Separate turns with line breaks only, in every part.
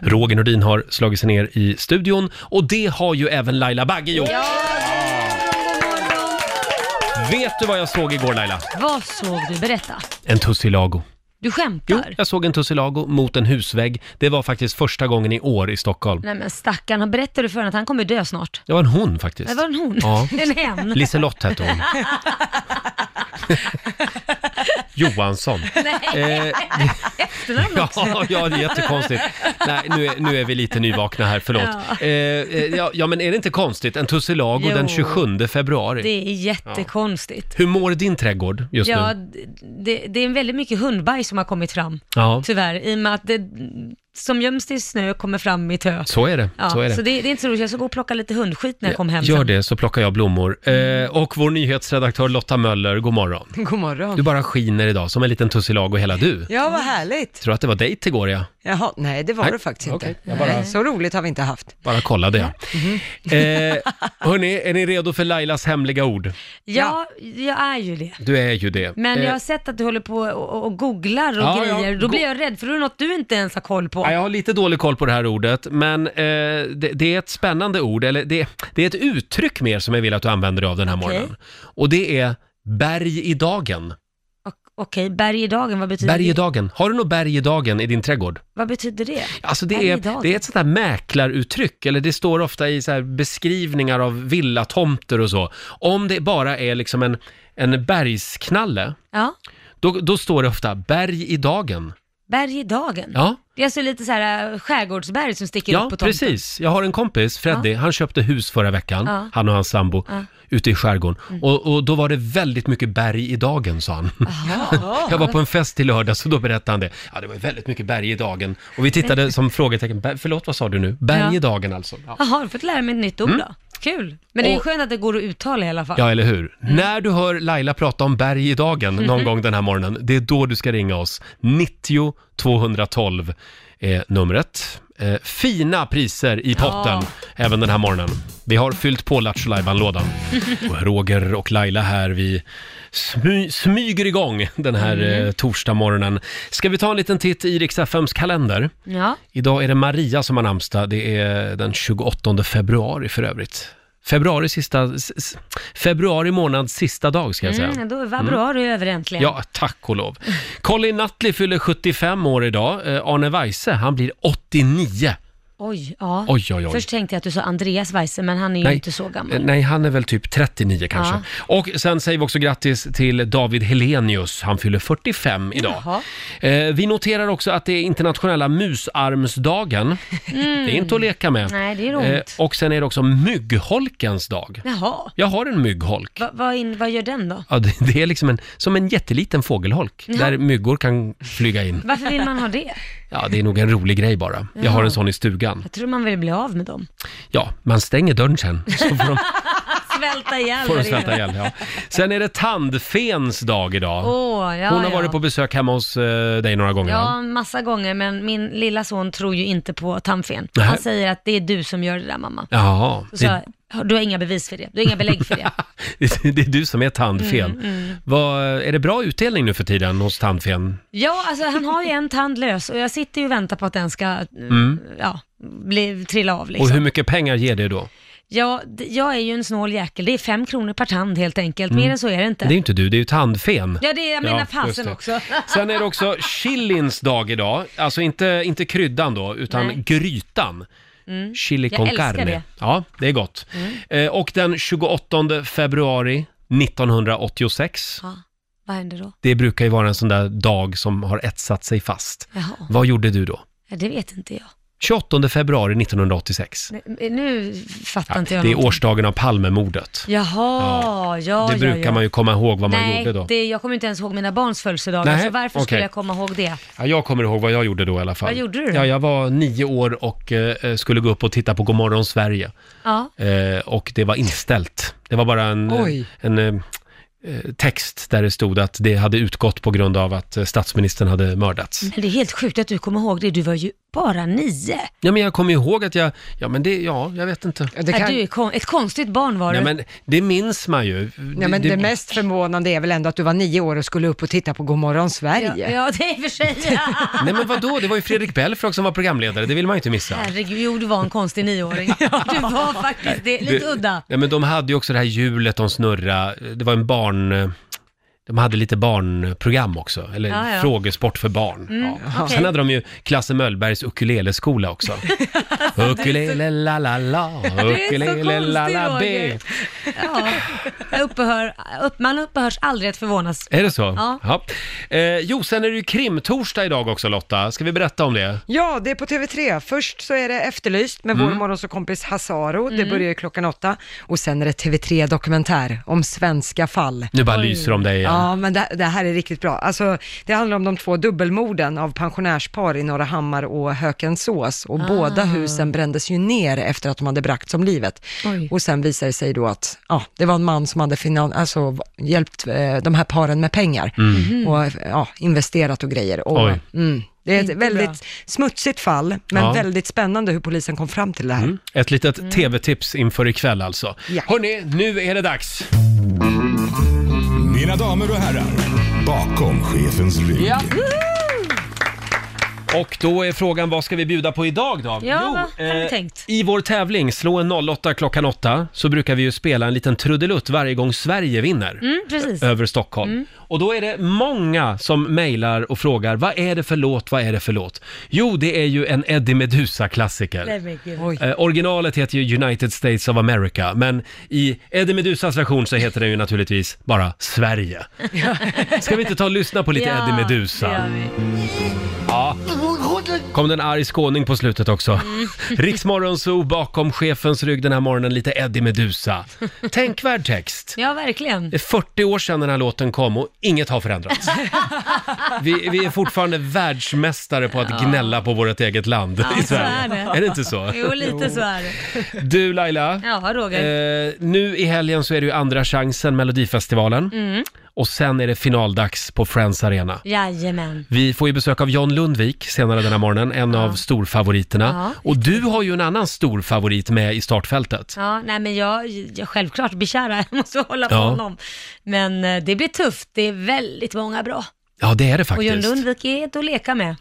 Roger Nordin har slagit sig ner i studion och det har ju även Laila Bagge gjort. Vet du vad jag såg igår Laila?
Vad såg du? Berätta.
En tussilago.
Du
Jo,
skämtar?
jag såg en tussilago mot en husvägg. Det var faktiskt första gången i år i Stockholm.
Nej men stackarn, han berättade för henne att han kommer dö snart.
Det var en hon faktiskt.
Det var en hon.
Ja.
En hen.
Liselott hette hon. Johansson.
Nej. Efternamn också.
Eh, Ja, ja, det är jättekonstigt. Nej, nu är, nu är vi lite nyvakna här, förlåt. Ja. Eh, eh, ja, ja, men är det inte konstigt? En tussilago
Jo.
den 27 februari.
Det är jättekonstigt.
Hur mår din trädgård just
Ja,
nu?
d- det, det är väldigt mycket hundbajs som har kommit fram,
Ja,
tyvärr, i och med att det som göms i snö kommer fram i tö.
så är det.
Ja,
så är det.
så det, det är inte så roligt. Jag ska gå och plocka lite hundskit när jag kommer hem
Gör
sen. Mm.
det så plockar jag blommor. Eh, och vår nyhetsredaktör Lotta Möller, god morgon.
God morgon.
Du bara skiner idag som en liten tussilago hela du.
Ja, vad härligt.
Tror att det var dejt igår ja.
Jaha, nej det var
Nej,
det faktiskt inte.
okej, jag bara-
Nej, Så roligt har vi inte haft.
Bara kollade jag.
Mm-hmm.
Eh, hörni, är ni redo för Lailas hemliga ord?
Ja, jag är ju det.
Du är ju det.
Men
Eh,
jag har sett att du håller på och, och googlar och
Ja, ja,
grejer. Då
go-
blir jag rädd, för det är något du inte ens har koll på.
ja, Eh, jag har lite dålig koll på det här ordet, men eh, det, det är ett spännande ord, eller det, det är ett uttryck mer som jag vill att du använder dig av den här
Okej.
morgonen. Och det är berg i dagen.
O- Okej, berg i dagen, vad betyder
Berg i
det?
dagen. Har du något berg i dagen i din trädgård?
Vad betyder det?
Alltså det
Berg i
är,
dagen.
det är ett sånt här mäklaruttryck, eller det står ofta i så här beskrivningar av villatomter och så. Om det bara är liksom en, en bergsknalle,
Ja,
då, då står det ofta berg i dagen.
berg i dagen.
Ja,
Det är alltså lite så här äh, skärgårdsberg som sticker
ja
upp på tomten.
precis. Jag har en kompis, Freddy, han köpte hus förra veckan,
Ja.
han och hans sambo,
Ja. Mm.
ute i skärgården. Och, och då var det väldigt mycket berg i dagen, sa han.
Jaha.
Jag var på en fest i lördag så då berättade han det. Ja, det var ju väldigt mycket berg i dagen. Och vi tittade som frågetecken. Ber- förlåt, vad sa du nu? Berg i
Ja.
dagen alltså. Ja.
Jaha, har du fått lära mig ett nytt ord då? Kul! Men det är
Mm. Och-
skönt att det går att uttala i alla fall.
Ja, eller hur? När du hör Laila prata om berg i dagen någon gång den här morgonen, det är då du ska ringa oss. 90 212 är numret. Eh, fina priser i potten även den här morgonen. Vi har fyllt på Lattjo lådan Och Roger och Laila här, vi smy- smyger igång den här eh, torsdagsmorgonen. Ska vi ta en liten titt i Rix FMs kalender?
Ja.
Idag är det Maria som har namnsdag. Det är den 28 februari för övrigt. Februari, sista, s- s- februari månads sista dag ska jag säga.
Mm, då var bra du över äntligen.
Ja, tack och lov. Colin Nutley fyller 75 år idag. Eh, Arne Weise, han blir 89.
Oj, ja.
Oj, oj, oj.
Först tänkte jag att du sa Andreas Weise, men han är ju
Nej.
inte så gammal.
Eh, Nej, han är väl typ 39 kanske. Och sen säger vi också grattis till David Helenius. Han fyller 45 idag.
Jaha.
Eh, vi noterar också att det är internationella musarmsdagen. Det är inte att leka med. Eh,
Nej, det är ont.
och sen är det också myggholkens dag.
Jaha,
Jag har en myggholk.
Va, vad in, vad gör den då?
Ja, det, det är liksom en, som en jätteliten fågelholk där myggor kan flyga in.
Varför vill man ha det?
Ja, det är nog en rolig grej bara. Jag har en sån i stugan.
Jag tror man vill bli av med dem.
Ja, man stänger dörren sen så får de,
Svälta ihjäl
får de
där
svälta
inne.
ihjäl. Ja. Sen är det tandfens dag idag.
Åh, ja,
Hon har
ja.
varit på besök hemma hos eh, dig några gånger. va?
Ja, massa gånger, men min lilla son tror ju inte på tandfen.
Nej.
Han säger att det är du som gör det där mamma.
Jaha,
Så
det,
sa jag, du har inga bevis för det, du har inga belägg för det.
det, det är du som är tandfen.
Mm,
Vad, är det bra utdelning nu för tiden hos tandfen?
Ja, alltså han har ju en tand lös och jag sitter ju och väntar på att den ska eh, ja, bli, trilla av liksom.
Mm. Och hur mycket pengar ger det då?
Ja, d- jag är ju en snål jäkel, det är fem kronor per tand helt enkelt, mer än så är det inte.
Mm. Det är ju inte du, det är ju tandfen.
Ja, det är, jag
Ja,
menar
just
fasen
det.
också.
Sen är det också chilins dag idag. Alltså inte, inte kryddan då, utan
Nej. Mm.
grytan. Chili con
Jag älskar
carne.
det. Mm.
Ja, det är gott. Eh, och den 28 februari 1986,
Ja, vad händer då?
det brukar ju vara en sån där dag som har etsat sig fast.
Jaha,
Vad gjorde du då?
ja, det vet inte jag.
28 februari 1986.
Nu- Nu fattar inte jag
Ah, Det är
någonting.
årsdagen av Palmemordet.
Jaha, ja, ja,
Det brukar
ja.
man ju komma ihåg vad man
Nej,
gjorde då.
Det, jag kommer inte ens ihåg mina barns födelsedagar,
Nej,
så varför
okej.
skulle jag komma ihåg det?
Ja, jag kommer ihåg vad jag gjorde då i alla fall.
Vad gjorde du då?
Ja, jag var nio år och eh, skulle gå upp och titta på Godmorgon Sverige.
Ja,
Eh, och det var inställt. Det var bara en,
Oj.
en eh, eh, text där det stod att det hade utgått på grund av att eh, statsministern hade mördats.
Men det är helt sjukt att du kommer ihåg det. Du var ju bara nio.
Ja, men jag kommer ihåg att jag, ja men det, ja, jag vet inte.
Ja, Det,
Ja,
kan,
Du är kon- ett konstigt barn var
Nej,
du.
men det minns man ju.
nej, men det, mest förvånande är väl ändå att du var nio år och skulle upp och titta på Godmorgon Sverige.
ja, ja, det är i och för sig.
Nej men vadå, det var ju Fredrik Belfrage som var programledare, det vill man ju inte missa.
Herregud, jo, du var en konstig nioåring. Du var faktiskt det. Lite udda.
Nej men de hade ju också det här hjulet de snurra. det var en barn... De hade lite barnprogram också, eller
Ja, ja.
frågesport för barn. ja.
okej.
Sen hade de ju Klasse Möllbergs ukuleleskola också. Ukulele la la la,
så
ukulele la la
konstig,
b.
Roger. Ja. Jag Uppehör, upp, man upphörs aldrig att förvånas.
Är det så?
Ja.
Eh, jo, sen är det ju krimtorsdag idag också Lotta. Ska vi berätta om det?
Ja, det är på TV3. Först så är det Efterlyst med vår morgonsåkompis Hasaro. Det börjar ju klockan åtta. Och sen är det TV3 Dokumentär om svenska fall.
Nu bara lyser om dig igen.
Ja, men det, det här är riktigt bra. Alltså, det handlar om de två dubbelmorden av pensionärspar i Norra Hammar och Hökensås. Och båda husen brändes ju ner efter att de hade bragts om livet.
Oj.
Och sen visade det sig då att ja, det var en man som hade finan- alltså, hjälpt eh, de här paren med pengar och eh, ja, investerat och grejer. Och,
Oj.
mm, det är ett
Inte bra.
väldigt smutsigt fall, men
Ja. Mm.
väldigt spännande hur polisen kom fram till det här.
Ett litet
Mm.
tv-tips inför ikväll alltså.
Ja.
Hörni, nu är det dags!
Mina damer och herrar, bakom chefens rygg.
Och då är frågan, vad ska vi bjuda på idag då? eh,
Ja, vad har vi tänkt?
I vår tävling, slå en 08 klockan 8, så brukar vi ju spela en liten trudelutt varje gång Sverige vinner.
Mm, precis.
Över Stockholm. Och då är det många som mejlar och frågar, vad är det för låt, vad är det för låt? Jo, det är ju en Eddie
Nej,
Meduza-klassiker.
men gud.
Oj.
Eh, originalet heter ju United States of America, men i Eddie Meduzas version så heter den ju naturligtvis bara Sverige. Ska vi inte ta och lyssna på lite
Ja,
Eddie Meduza?
det gör vi.
kom den arg skåning på slutet också.
Mm.
Riksmorgonzoo bakom chefens rygg den här morgonen, lite Eddie Meduza. Tänkvärd text.
Ja, verkligen.
Det är 40 år sedan den här låten kom och inget har förändrats. Vi, vi är fortfarande världsmästare på att gnälla på vårt eget land i
så
Sverige.
är det.
är det inte så?
Jo, lite så är det.
Du Laila,
Ja, Roger.
eh, nu i helgen så är det ju andra chansen, Melodifestivalen.
Mm.
Och sen är det finaldags på Friends Arena.
Jajamän.
Vi får ju besök av John Lundvik senare den här morgonen, en av storfavoriterna.
Ja.
Och du har ju en annan storfavorit med i startfältet.
Ja, nej men jag, jag självklart blir kära, jag måste hålla på
Ja.
honom. Men eh, det blir tufft, det är väldigt många bra.
Ja, det är det
Och John
faktiskt. Mm.
Lundvik är ett att leka med.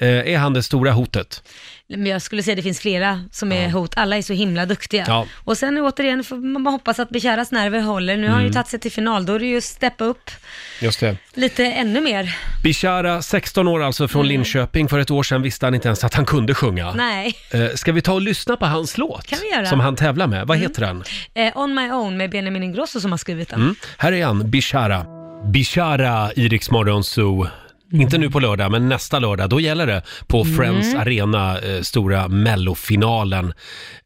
Eh, är han det stora hotet?
Men jag skulle säga det finns flera som är hot, alla är så himla duktiga.
Ja.
Och sen återigen får man bara hoppas att Bekäras nerver håller. Nu har
Mm.
han ju tagit sig till final, då är det ju steppa upp
Just det.
lite ännu mer.
Bishara, 16 år alltså, från Linköping. För ett år sedan visste han inte ens att han kunde sjunga.
Mm. Nej,
Eh, ska vi ta och lyssna på hans låt?
Kan vi göra.
Som han tävlar med. Vad heter den?
eh, On My Own med Benjamin Ingrosso som har skrivit den.
Mm. Här är han, Bishara. Bishara i Rix Morgon Zoo. Inte nu på lördag, men nästa lördag. Då gäller det på Friends Arena, eh, stora mellofinalen.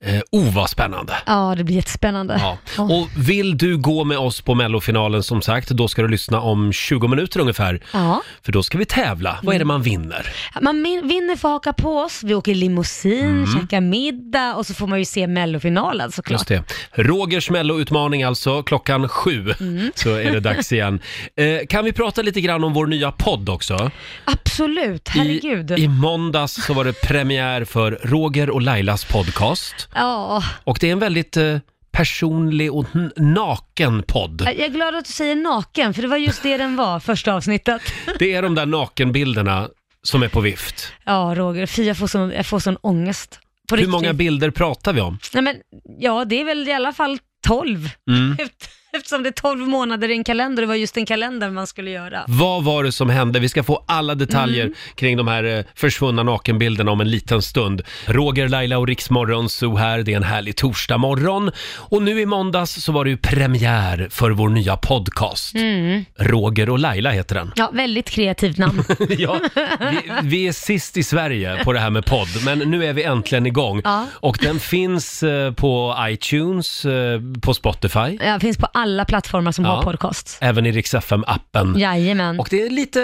Eh, oh, vad spännande!
Ja, det blir jättespännande.
Ja. Och vill du gå med oss på mellofinalen som sagt, då ska du lyssna om 20 minuter ungefär.
Ja.
För då ska vi tävla. Vad är det man vinner?
Man min- vinner får haka på oss, vi åker limousin, käkar middag och så får man ju se mellofinalen såklart.
Mm. Just det. Rogers melloutmaning alltså, klockan sju så är det dags igen. Eh, kan vi prata lite grann om vår nya podd också?
Absolut, herregud.
I, I måndags så var det premiär för Roger och Lailas podcast.
Ja,
Och det är en väldigt eh, personlig och n- naken podd.
jag är glad att du säger naken, för det var just det den var, första avsnittet.
Det är de där nakenbilderna som är på vift.
Ja, Roger, fy jag får sån, jag får sån ångest. På
Hur
riktigt.
många bilder pratar vi om?
Nej, men, ja, det är väl i alla fall 12.
Mm.
Eft- Eftersom det är 12 månader i en kalender, det var just en kalender man skulle göra.
Vad var det som hände? Vi ska få alla detaljer
Mm.
kring de här eh, försvunna nakenbilderna om en liten stund. Roger, Laila och Riksmorgon så här. Det är en härlig torsdagmorgon. Och nu i måndags så var det ju premiär för vår nya podcast.
Mm.
Roger och Laila heter den.
Ja, väldigt kreativt namn.
ja, vi, vi är sist i Sverige på det här med podd, men nu är vi äntligen igång.
Ja.
Och den finns eh, på iTunes, eh, på Spotify.
Ja, finns på alla plattformar som
Ja.
har podcast.
Även i Rix FM-appen.
Jajamän.
Och det är lite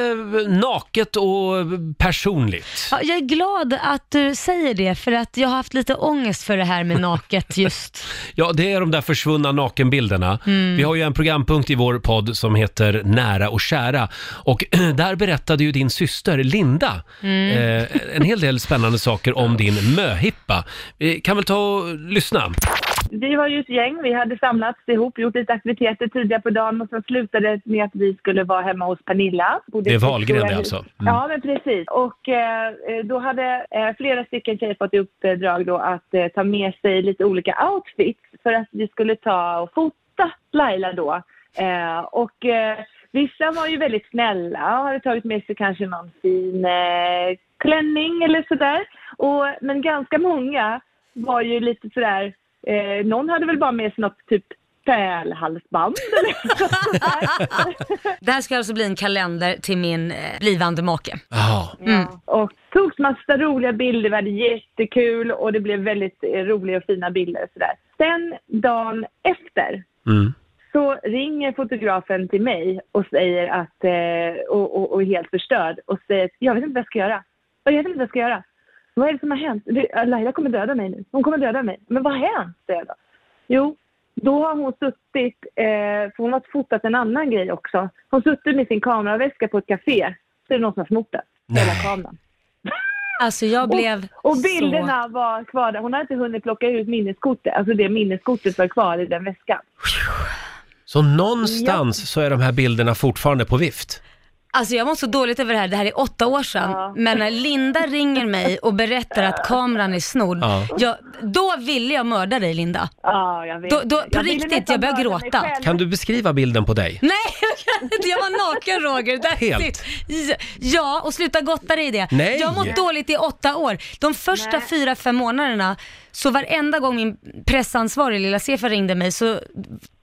naket och personligt.
Ja, jag är glad att du säger det, för att jag har haft lite ångest för det här med naket just.
Ja, det är de där försvunna nakenbilderna.
Mm.
Vi har ju en programpunkt i vår podd som heter Nära och kära. Och där berättade ju din syster Linda
Mm.
eh, en hel del spännande saker om din möhippa. Vi kan väl ta och lyssna?
Vi var ju ett gäng, vi hade samlats ihop, gjort lite aktiviteter tidigare på dagen och sen slutade det med att vi skulle vara hemma hos Pernilla.
Det
Bodde
är
i sitt
Wahlgren
stora
det
hus.
alltså? Mm.
Ja, men precis. Och eh, eh, då hade eh, flera stycken tjejer fått i uppdrag då att eh, ta med sig lite olika outfits för att vi skulle ta och fota Laila då. Eh, och eh, vissa var ju väldigt snälla och hade tagit med sig kanske någon fin eh, klänning eller sådär. Och, men ganska många var ju lite sådär, eh, någon hade väl bara med sig något typ pärlhalsband eller något sådär.
Det här ska alltså bli en kalender till min eh, blivande make.
Ja.
Och togs massa roliga bilder, vi hade jättekul och det blev väldigt eh, roliga och fina bilder och sådär. Sen dagen efter
Mm.
så ringer fotografen till mig och säger att, eh, och, och, och är helt förstörd och säger att jag vet inte vad jag ska göra. Jag vet inte vad jag ska göra. Vad är det som har hänt? Det- Laila kommer döda mig nu. Hon kommer döda mig. Men vad har hänt? säger jag då. Jo, då har hon suttit, eh, för hon har fotat en annan grej också. Hon suttit med sin kameraväska på ett café. Så är det någon som har snott den. Hela kameran.
Alltså jag blev
Och bilderna var kvar där. Hon hade inte hunnit plocka ut minneskortet. Alltså det minneskortet var kvar i den väskan.
Så någonstans så är de här bilderna fortfarande på vift.
Alltså jag mår så dåligt över det här, det här är åtta år sedan. Men när Linda ringer mig och berättar att kameran är snodd,
Ja.
jag, då ville jag mörda dig Linda.
Ja, jag vet.
Då- då- på
ville
riktigt,
nästan
jag börjar
mörda mig
gråta.
själv.
Kan du beskriva bilden på dig?
Nej, jag kan inte. Jag var naken Roger. That's
Helt.
It. Ja, Ja, och sluta gotta dig i det.
Nej.
Jag har mått dåligt i åtta år. De första fyra, fem månaderna, så varenda gång min pressansvarig lilla Sefa ringde mig så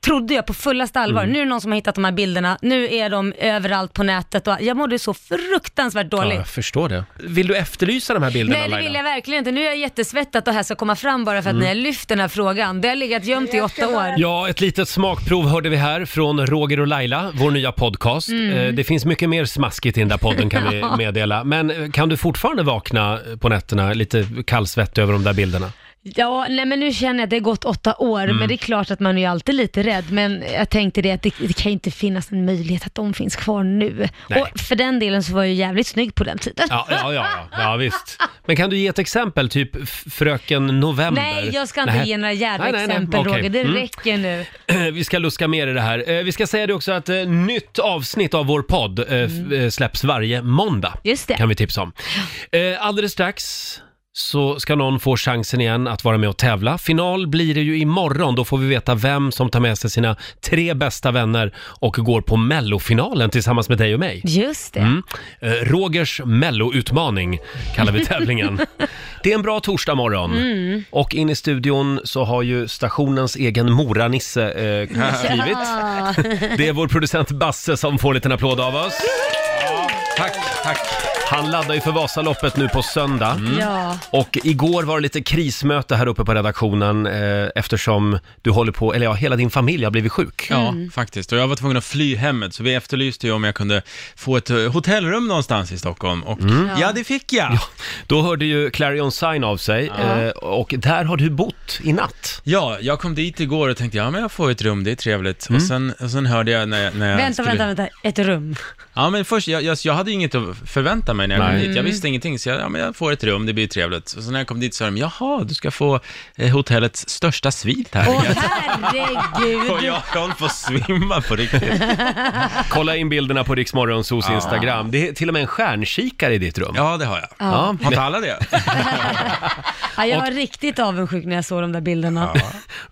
trodde jag på fullaste allvar,
Mm.
nu är det någon som har hittat de här bilderna, nu är de överallt på nätet och jag mådde så fruktansvärt
Ja,
dåligt.
jag förstår det. Vill du efterlysa de här bilderna
Nej det vill
Laila?
jag verkligen inte. Nu är jag jättesvettat att det här ska komma fram bara för
Mm.
att ni har lyft den här frågan. Det har legat gömt i åtta år.
Ja, ett litet smakprov hörde vi här från Roger och Laila, vår nya podcast.
Mm.
Eh, Det finns mycket mer smaskigt i den där podden kan vi meddela. Men eh, kan du fortfarande vakna på nätterna lite kallsvettig över de där bilderna?
Ja, nej men nu känner jag att det har gått åtta år,
Mm.
men det är klart att man är ju alltid lite rädd. Men jag tänkte det att det, det kan ju inte finnas en möjlighet att de finns kvar nu.
Nej.
Och för den delen så var jag ju jävligt snygg på den tiden.
Ja, ja, ja, ja, ja visst. Men kan du ge ett exempel, typ f- Fröken November?
Nej, jag ska inte
Nej.
ge några
Nej, nej, nej.
jävla
Okej.
Roger. Det
Mm.
räcker nu.
Vi ska luska mer i det här. Eh, Vi ska säga det också att eh, nytt avsnitt av vår podd eh, f- eh, släpps varje måndag.
Mm. Just det.
Kan vi tipsa om. Eh, Alldeles strax så ska någon få chansen igen att vara med och tävla. Final blir det ju imorgon. Då får vi veta vem som tar med sig sina tre bästa vänner och går på mellofinalen tillsammans med dig och mig.
Just det.
Mm. Eh, Rogers melloutmaning kallar vi tävlingen. det är en bra torsdag morgon. Och in i studion så har ju stationens egen Moranisse eh, klivit.
Ah,
Det är vår producent Basse som får en liten applåd av oss. Tack, tack. Han laddar ju för Vasaloppet nu på söndag.
ja.
Och igår var det lite krismöte här uppe på redaktionen eh, eftersom du håller på, eller ja, hela din familj har blivit sjuk.
Ja,
Mm.
faktiskt. Och jag var tvungen att fly hemmet, så vi efterlyste ju om jag kunde få ett eh, hotellrum någonstans i Stockholm. Och ja, det fick jag. Ja.
Då hörde ju Clarion Sign av sig eh, och där har du bott i natt.
jag kom dit igår och tänkte, ja men jag får ett rum, det är trevligt. Och, sen, och sen hörde jag när, jag- när jag
Vänta,
skulle...
vänta, vänta. Ett rum.
Ja, men först, jag, jag, jag hade inget att förvänta mig när jag
Nej.
kom
Mm.
dit. Jag visste ingenting, så jag, ja, men jag får ett rum, det blir trevligt. Och sen när jag kom dit så sa de, jaha, du ska få eh, hotellets största svit här.
Åh
Och
herregud.
jag höll på att svimma på riktigt.
Kolla in bilderna på Riksmorgonsos Instagram. Det är till och med en stjärnkikare i ditt rum.
Ja, det har jag.
Ja.
Har inte alla det?
Ja, jag var riktigt avundsjuk när jag såg de där bilderna.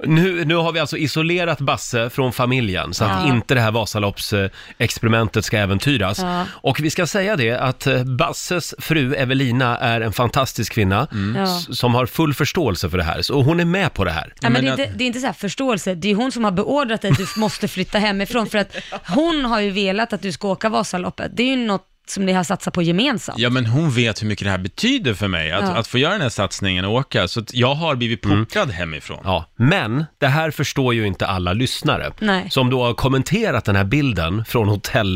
Nu, nu har vi alltså isolerat Basse från familjen så att inte det här Vasaloppsexperimentet ska äventyras.
Ja.
Och vi ska säga det att eh, Basses fru Evelina är en fantastisk kvinna
Ja.
s- som har full förståelse för det här. Så hon är med på det här.
Ja, men det, är
Men
inte,
att-
det är inte så här förståelse, det är hon som har beordrat dig att du måste flytta hemifrån för att hon har ju velat att du ska åka Vasaloppet. Det är ju något som ni har satsat på gemensamt.
Ja, men hon vet hur mycket det här betyder för mig, att,
Ja.
att få göra den här satsningen och åka. Så att jag har blivit portad hemifrån.
Ja, men det här förstår ju inte alla lyssnare
Nej.
som då har kommenterat den här bilden från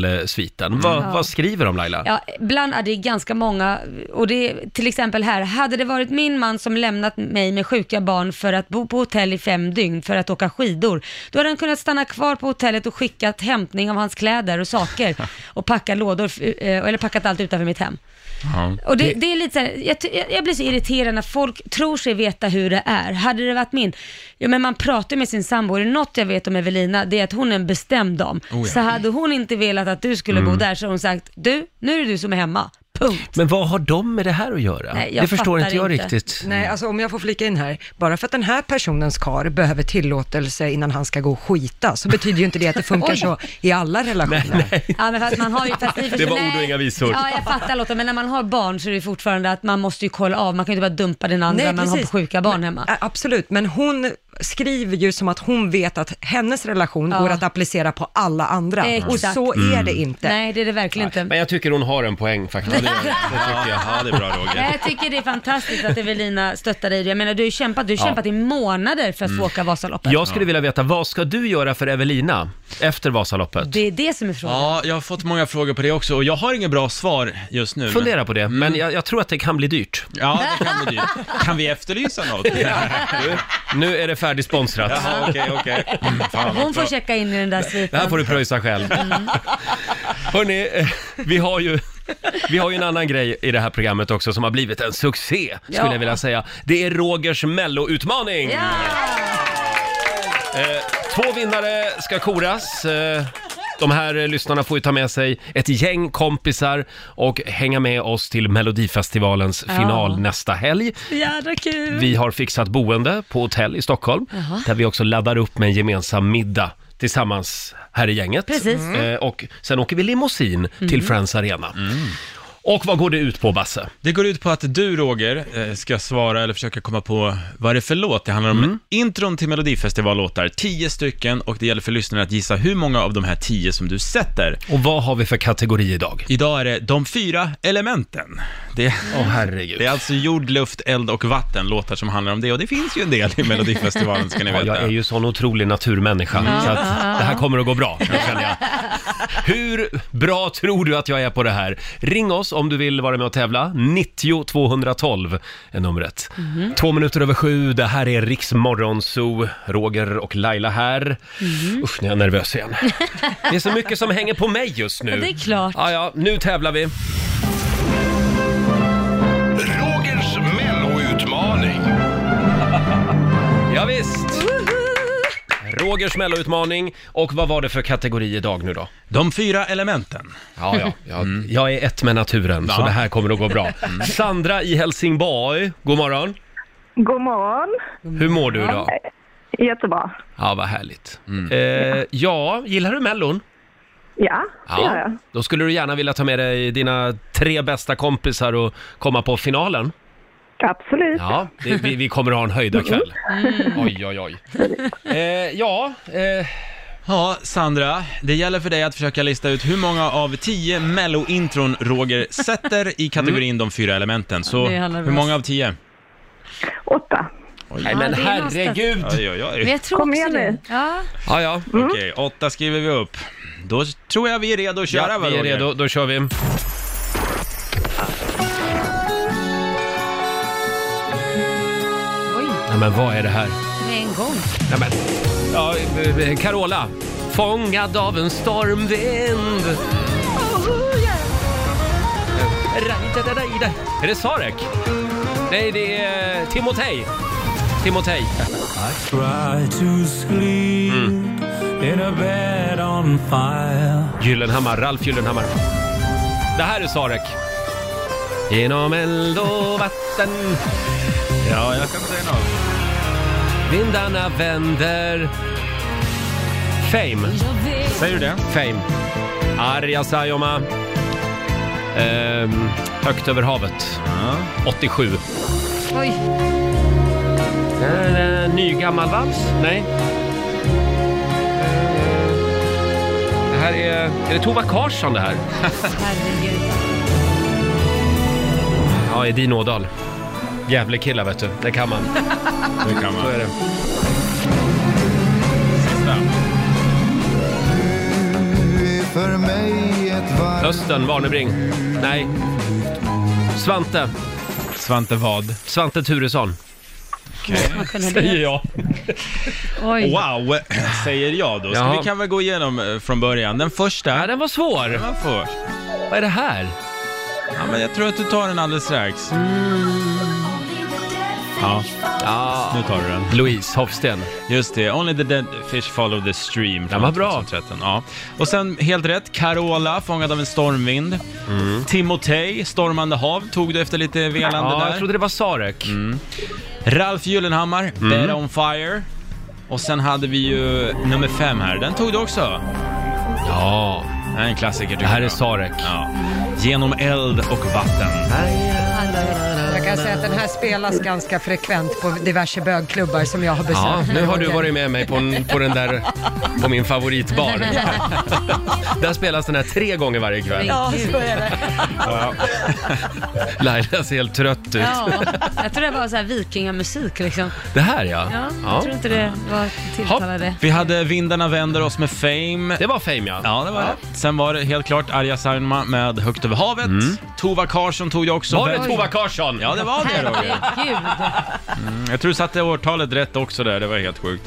hotellsviten. Vad- Vad skriver de Laila?
Ja, ibland är det ganska många, och det är till exempel här, hade det varit min man som lämnat mig med sjuka barn för att bo på hotell i fem dygn för att åka skidor, då hade han kunnat stanna kvar på hotellet och skickat hämtning av hans kläder och saker och packat lådor, eh, eller packat allt utanför mitt hem.
Ja.
Och det, det är lite så här, jag, ty- jag- jag blir så irriterad när folk tror sig veta hur det är. Hade det varit min, ja men man pratar ju med sin sambo, Är det något jag vet om Evelina, det är att hon är en bestämd dam.
Oh,
ja.
Så hade hon inte velat att du skulle
Mm.
bo där så hade hon sagt, du, nu är det du som är hemma. Punkt.
Men vad har de med det här att göra?
Nej, jag
det förstår
fattar
inte jag
inte.
riktigt.
Nej, alltså om jag får flika in här. Bara för att den här personens kar behöver tillåtelse innan han ska gå och skita, så betyder ju inte det att det funkar så i alla relationer.
Ja, men för att man har ju, fast i och för
Det
sig-
var
nej.
ord och inga visor.
Ja, jag fattar Lotta, men när man har barn så är det fortfarande att man måste ju kolla av, man kan ju inte bara dumpa den andra, man har
precis.
sjuka barn
Men-
hemma.
Ä- Absolut, men hon skriver ju som att hon vet att hennes relation går att applicera på alla andra.
Exakt.
Och så är
Mm.
det inte.
Nej, det är det verkligen inte.
Men jag tycker hon har en poäng faktiskt.
tycker jag. Ja, det är bra
Nej,
Roger.
jag tycker det är fantastiskt att Evelina stöttar dig. Jag menar, du har ju kämpat, du har kämpat i månader för att
Mm.
få åka Vasaloppet.
Jag skulle vilja veta, vad ska du göra för Evelina efter Vasaloppet?
Det är det som är frågan.
Ja, jag har fått många frågor på det också och jag har inget bra svar just nu. men-
Fundera på det, men jag, jag tror att det kan bli dyrt.
Ja, det kan bli dyrt. Kan vi efterlysa något?
Nu är det färdigsponsrat.
Jaha, okej, okej. Mm, fan, vad
Hon får
bra.
checka in i den där
Det här
sviten.
får du pröjsa själv.
Mm.
Hörni, eh, vi har ju... Vi har ju en annan grej i det här programmet också som har blivit en succé, skulle
Ja.
jag vilja säga. Det är Rogers melloutmaning!
Ja!
Eh, två vinnare ska koras. Eh, de här eh, lyssnarna får ju ta med sig ett gäng kompisar och hänga med oss till Melodifestivalens final nästa helg.
Jädra kul!
Vi har fixat boende på hotell i Stockholm där vi också laddar upp med en gemensam middag tillsammans här i gänget.
Precis.
Eh, och sen åker vi limousin till Friends Arena. Och vad går det ut på, Basse?
Det går ut på att du, Roger, eh, ska svara eller försöka komma på vad det är för låt. Det handlar om intron till Melodifestivallåtar, tio stycken, och det gäller för lyssnarna att gissa hur många av de här tio som du sätter.
Och vad har vi för kategori idag?
Idag är det de fyra elementen. Det,
Åh, herregud.
det är alltså jord, luft, eld och vatten, låtar som handlar om det, och det finns ju en del i Melodifestivalen, ska ni
Ja,
veta.
jag är ju sån otrolig naturmänniska,
Mm.
så att det här kommer att gå bra, det känner jag. Hur bra tror du att jag är på det här? Ring oss om du vill vara med och tävla. 90 212 är numret.
Mhm.
Två minuter över sju, det här är Riks Morgonzoo. Roger och Laila här.
Mhm.
Usch, nu är jag nervös igen. Det är så mycket som hänger på mig just nu.
Ja, det är klart.
Ja, ja, nu tävlar vi.
Rogers melloutmaning.
Ja, visst. Rogers melloutmaning. Och vad var det för kategori idag nu då?
De fyra elementen.
Ja, ja. Jag, jag är ett med naturen, så
Ja.
det här kommer att gå bra. Sandra i Helsingborg, god morgon.
God morgon. Eh,
Hur mår du idag?
Jättebra.
Ja, vad härligt. Eh, ja, gillar du Mellon?
Ja, det gör jag.
Då skulle du gärna vilja ta med dig dina tre bästa kompisar och komma på finalen.
Absolut.
Ja, det, vi, vi kommer att ha en höjdarkväll. Oj, oj, oj. Eh, ja, eh,
Ja, Sandra, det gäller för dig att försöka lista ut hur många av tio Mello-intron Roger sätter i kategorin de fyra elementen. Så
Det handlar om
hur
oss.
många av tio?
Åtta.
nej men
det är
herregud!
Oj, oj, oj.
Men jag tror
Kom
också
igen
det.
nu.
Ja.
Ja, ja.
Okej,
Mm.
åtta skriver vi upp. Då tror jag vi är redo att köra,
Ja,
va,
vi är
Roger?
redo, då kör vi.
Oj,
Nej, men vad är det här?
med en gång.
Nej, men. Ja, eh, eh, Carola. Fångad av en stormvind. Eh, ra-da-da-da-da. Är det Sarek? Nej, det är eh, Timotej. Timotej. Mm. Gyllenhammar, Ralf Gyllenhammar. Det här är Sarek. Genom eld och vatten
Ja, jag kan säga något.
Vindarna vänder Fame,
Säger du det?
fame Arja Saijonmaa Ehm, Högt över havet 87
Oj,
Ny gammal vals? Nej här är... Är Eh, det Tova Karsson det här?
Herregud.
Ja, Edin Ådahl. Gävle killar vet du, det kan man.
Det kan
Så är
man.
det.
Sista.
Östen, Warnerbring. Nej. Svante.
Svante Vad.
Svante Turesson.
Man kunde det.
Säger jag.
Oj.
Wow, säger jag då. Så
Jaha.
vi kan väl gå igenom eh, från början. Den
Ja,
första...
den var svår.
Man får.
Vad är det här?
Ja, men jag tror att du tar den alldeles strax. Ja,
Ja.
nu tar du den.
Louise Hofsten.
Just det, Only the dead fish follow the stream.
Den var bra.
2013. Ja. Och sen helt rätt, Carola, fångad av en stormvind. Timotej, Stormande hav, tog du efter lite velande
Mm. Ja,
där.
jag trodde Mm. det var Sarek.
Ralf Gyllenhammar, Bed on fire. Och sen hade vi ju nummer fem här, den tog du också.
Ja,
Det här är en klassiker tycker
det här är
jag.
Sarek.
Ja. Genom eld och vatten.
Jag kan säga att den här spelas ganska frekvent på diverse bögklubbar som jag har besökt.
Ja, nu har du varit med mig på, en, på den där, på min favoritbar. Där spelas den här tre gånger varje kväll.
Ja, så är det.
Laila ser helt trött ut.
Ja, jag tror det var så här vikingamusik liksom.
Det här ja.
Ja, jag tror inte det var tilltalade.
Vi hade Vindarna vänder oss med Fame.
Det var Fame ja.
Ja, det var det. Sen var det helt klart Arja Saijonmaa med Högt över havet.
Mm.
Tova Karsson tog jag också.
Var det
Väl-
Tova Karsson?
Ja, det var det Roger.
Herregud.
Mm, Jag tror du satte årtalet rätt också där, det var helt sjukt.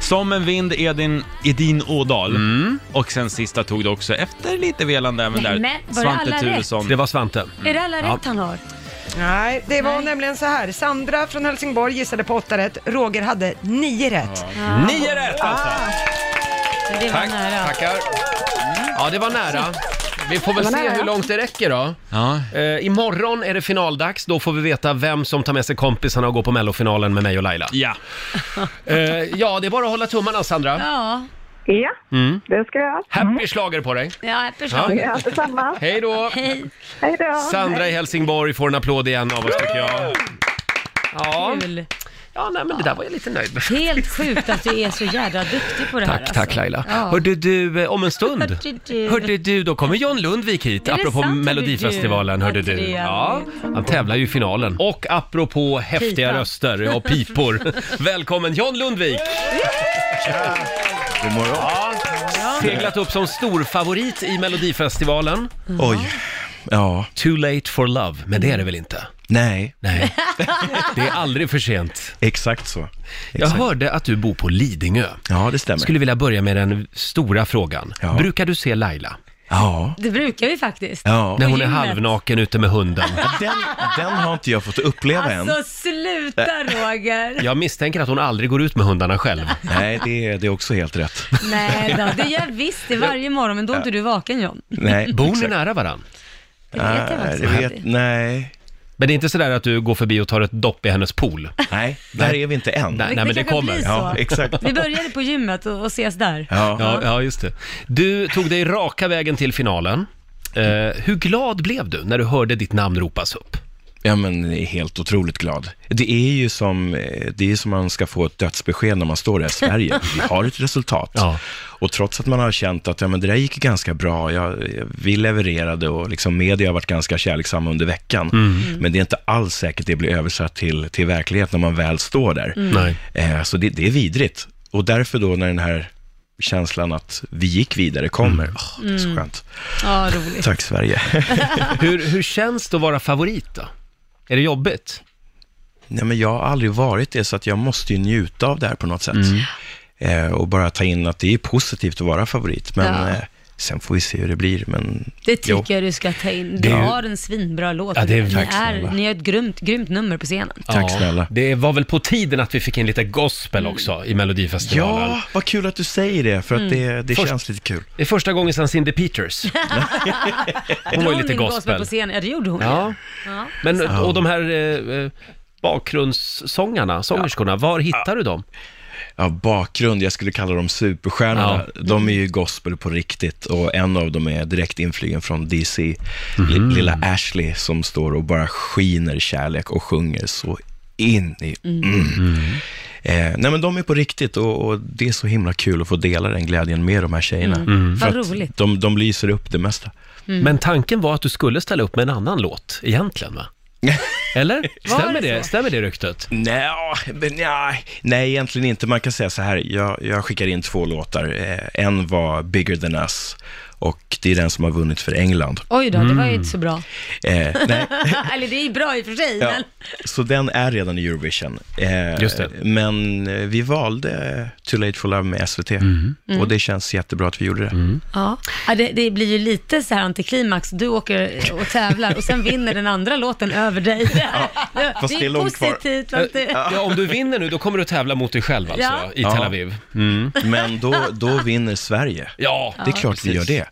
Som en vind Edin, Edin Ådal.
Mm.
Och sen sista tog du också, efter lite velande även där,
Nej, men var det alla
Svante
rätt?
Turesson.
Det var Svante.
Är det alla rätt han har?
Nej, det var
Nej.
nämligen så här. Sandra från Helsingborg gissade på åtta rätt. Roger hade nio rätt.
Nio rätt alltså!
Det var
Tack,
nära.
tackar. Ja, det var nära. Vi får väl se hur långt det räcker då.
Ja.
Eh, imorgon är det finaldags, då får vi veta vem som tar med sig kompisarna och går på mellofinalen med mig och Laila.
ja.
Eh, ja, det är bara att hålla tummarna Sandra.
Ja,
Ja, det ska jag.
Happy schlager på dig.
ja jag förstår.
Ja, detsamma.
Hej då!
Hej,
Hej då.
Sandra i Helsingborg får en applåd igen av oss tycker jag. Ja,
kul.
ja nej, men det där var jag lite nöjd med.
Helt sjukt att du är så jädra duktig på det här. alltså.
Tack, tack Laila.
Ja.
Hörde du, eh, om en stund,
Hörde du.
hörde du, då kommer John Lundvik hit,
Är det
apropå
sant, hörde
Melodifestivalen,
du?
hörde
Att
du.
det är
Ja, han tävlar ju i finalen. Och apropå häftiga
Pipa.
röster och pipor, välkommen John Lundvik!
God morgon.
Seglat upp som storfavorit i Melodifestivalen.
Oj. Ja.
Too late for love, men det är
Mm.
det väl inte?
Nej,
Nej, det är aldrig för sent.
exakt så.
Jag
Exakt.
hörde att du bor på Lidingö.
Ja, det stämmer.
Skulle vilja börja med den stora frågan.
Ja.
Brukar du se Laila
Ja.
Det brukar vi faktiskt.
ja.
när hon är
gymmet.
halvnaken ute med hunden?
Den, den har inte jag fått uppleva än.
Alltså sluta Roger!
Jag misstänker att hon aldrig går ut med hundarna själv.
Nej, det är, det är också helt rätt.
Nej då, det gör jag visst det varje morgon men då är inte du vaken John.
Nej,
Bor ni
exakt.
nära varann?
Det vet jag
Nej,
faktiskt
det vet,
inte.
nej.
Men det är inte sådär att du går förbi och tar ett dopp i hennes pool?
nej, där är vi inte än.
Nej,
Det-
nej men det
det kanske
kommer.
blir så.
Ja, exakt.
Vi började på gymmet och, och ses där.
Ja.
Ja, ja, just det. Du tog dig raka vägen till finalen. Eh, hur glad blev du när du hörde ditt namn ropas upp?
ja, men jag är helt otroligt glad. Det är ju som, eh, det är som man ska få ett dödsbesked när man står där i Sverige. Vi har ett resultat.
Ja.
Och trots att man har känt att ja, men det där gick ganska bra, jag, vi levererade och liksom media har varit ganska kärleksam under veckan. Men det är inte alls säkert det blir översatt till, till verklighet när man väl står där.
Nej.
Eh, så det, det är vidrigt. Och därför då när den här känslan att vi gick vidare kommer, åh, det är så skönt.
Ja, roligt.
Tack Sverige.
Hur, hur känns det att vara favorit då? Är det jobbigt?
Nej, men jag har aldrig varit det, så att jag måste ju njuta av det här på något sätt.
Mm.
Eh, och bara ta in att det är positivt att vara favorit, men
Ja.
eh, sen får vi se hur det blir. Men,
Det tycker
Jo.
jag du ska ta in. Du
Det är ju-
har en svinbra låt.
Ja, det är-
ni,
Tack
är, ni har ett grymt, grymt nummer på scenen.
Tack
Ja,
snälla.
Det var väl på tiden att vi fick in lite gospel
Mm.
också i Melodifestivalen.
Ja, vad kul att du säger det, för att det, det
Först-
känns lite kul.
Det är första gången sedan Cindy Peters. Hon var ju
Drog
lite
in på
gospel.
scenen. Ja, det gjorde hon.
Ja.
Ja.
Men, och de här eh, eh, bakgrundssångarna, sångerskorna, var hittar du dem?
Ja, bakgrund, jag skulle kalla dem superstjärnorna. De är ju gospel på riktigt och en av dem är direkt inflygen från DC. Li- Lilla Ashley som står och bara skiner kärlek och sjunger så in i... Mm. Eh, nej, men de är på riktigt och, och det är så himla kul att få dela den glädjen med de här tjejerna. För
Vad
att
roligt.
De, de lyser upp det mesta.
Mm.
Men tanken var att du skulle ställa upp med en annan låt egentligen va? Eller? Stämmer det, Stämmer det ryktet?
Nej, men nej, nej, egentligen inte. Man kan säga så här, jag, jag skickade in två låtar. Eh, En var Bigger than us och det är den som har vunnit för England.
Oj då, det var
Mm.
ju inte så bra.
Eh, nej,
Eller det är ju bra i och för sig,
ja.
men...
Så den är redan i Eurovision. Eh,
Just det.
Men eh, vi valde Too Late for Love med SVT
Mhm. Mm.
och det känns jättebra att vi gjorde det.
Ja, Ja, det, det blir ju lite så här antiklimax. Du åker och tävlar och sen vinner den andra låten över dig. det,
fast
är
det är långt kvar.
positivt. Kvar. Det,
Eh, Ja, om du vinner nu, då kommer du tävla mot dig själv alltså,
Ja.
i Tel Aviv.
Men då, då vinner Sverige.
Ja,
Det är klart vi gör det.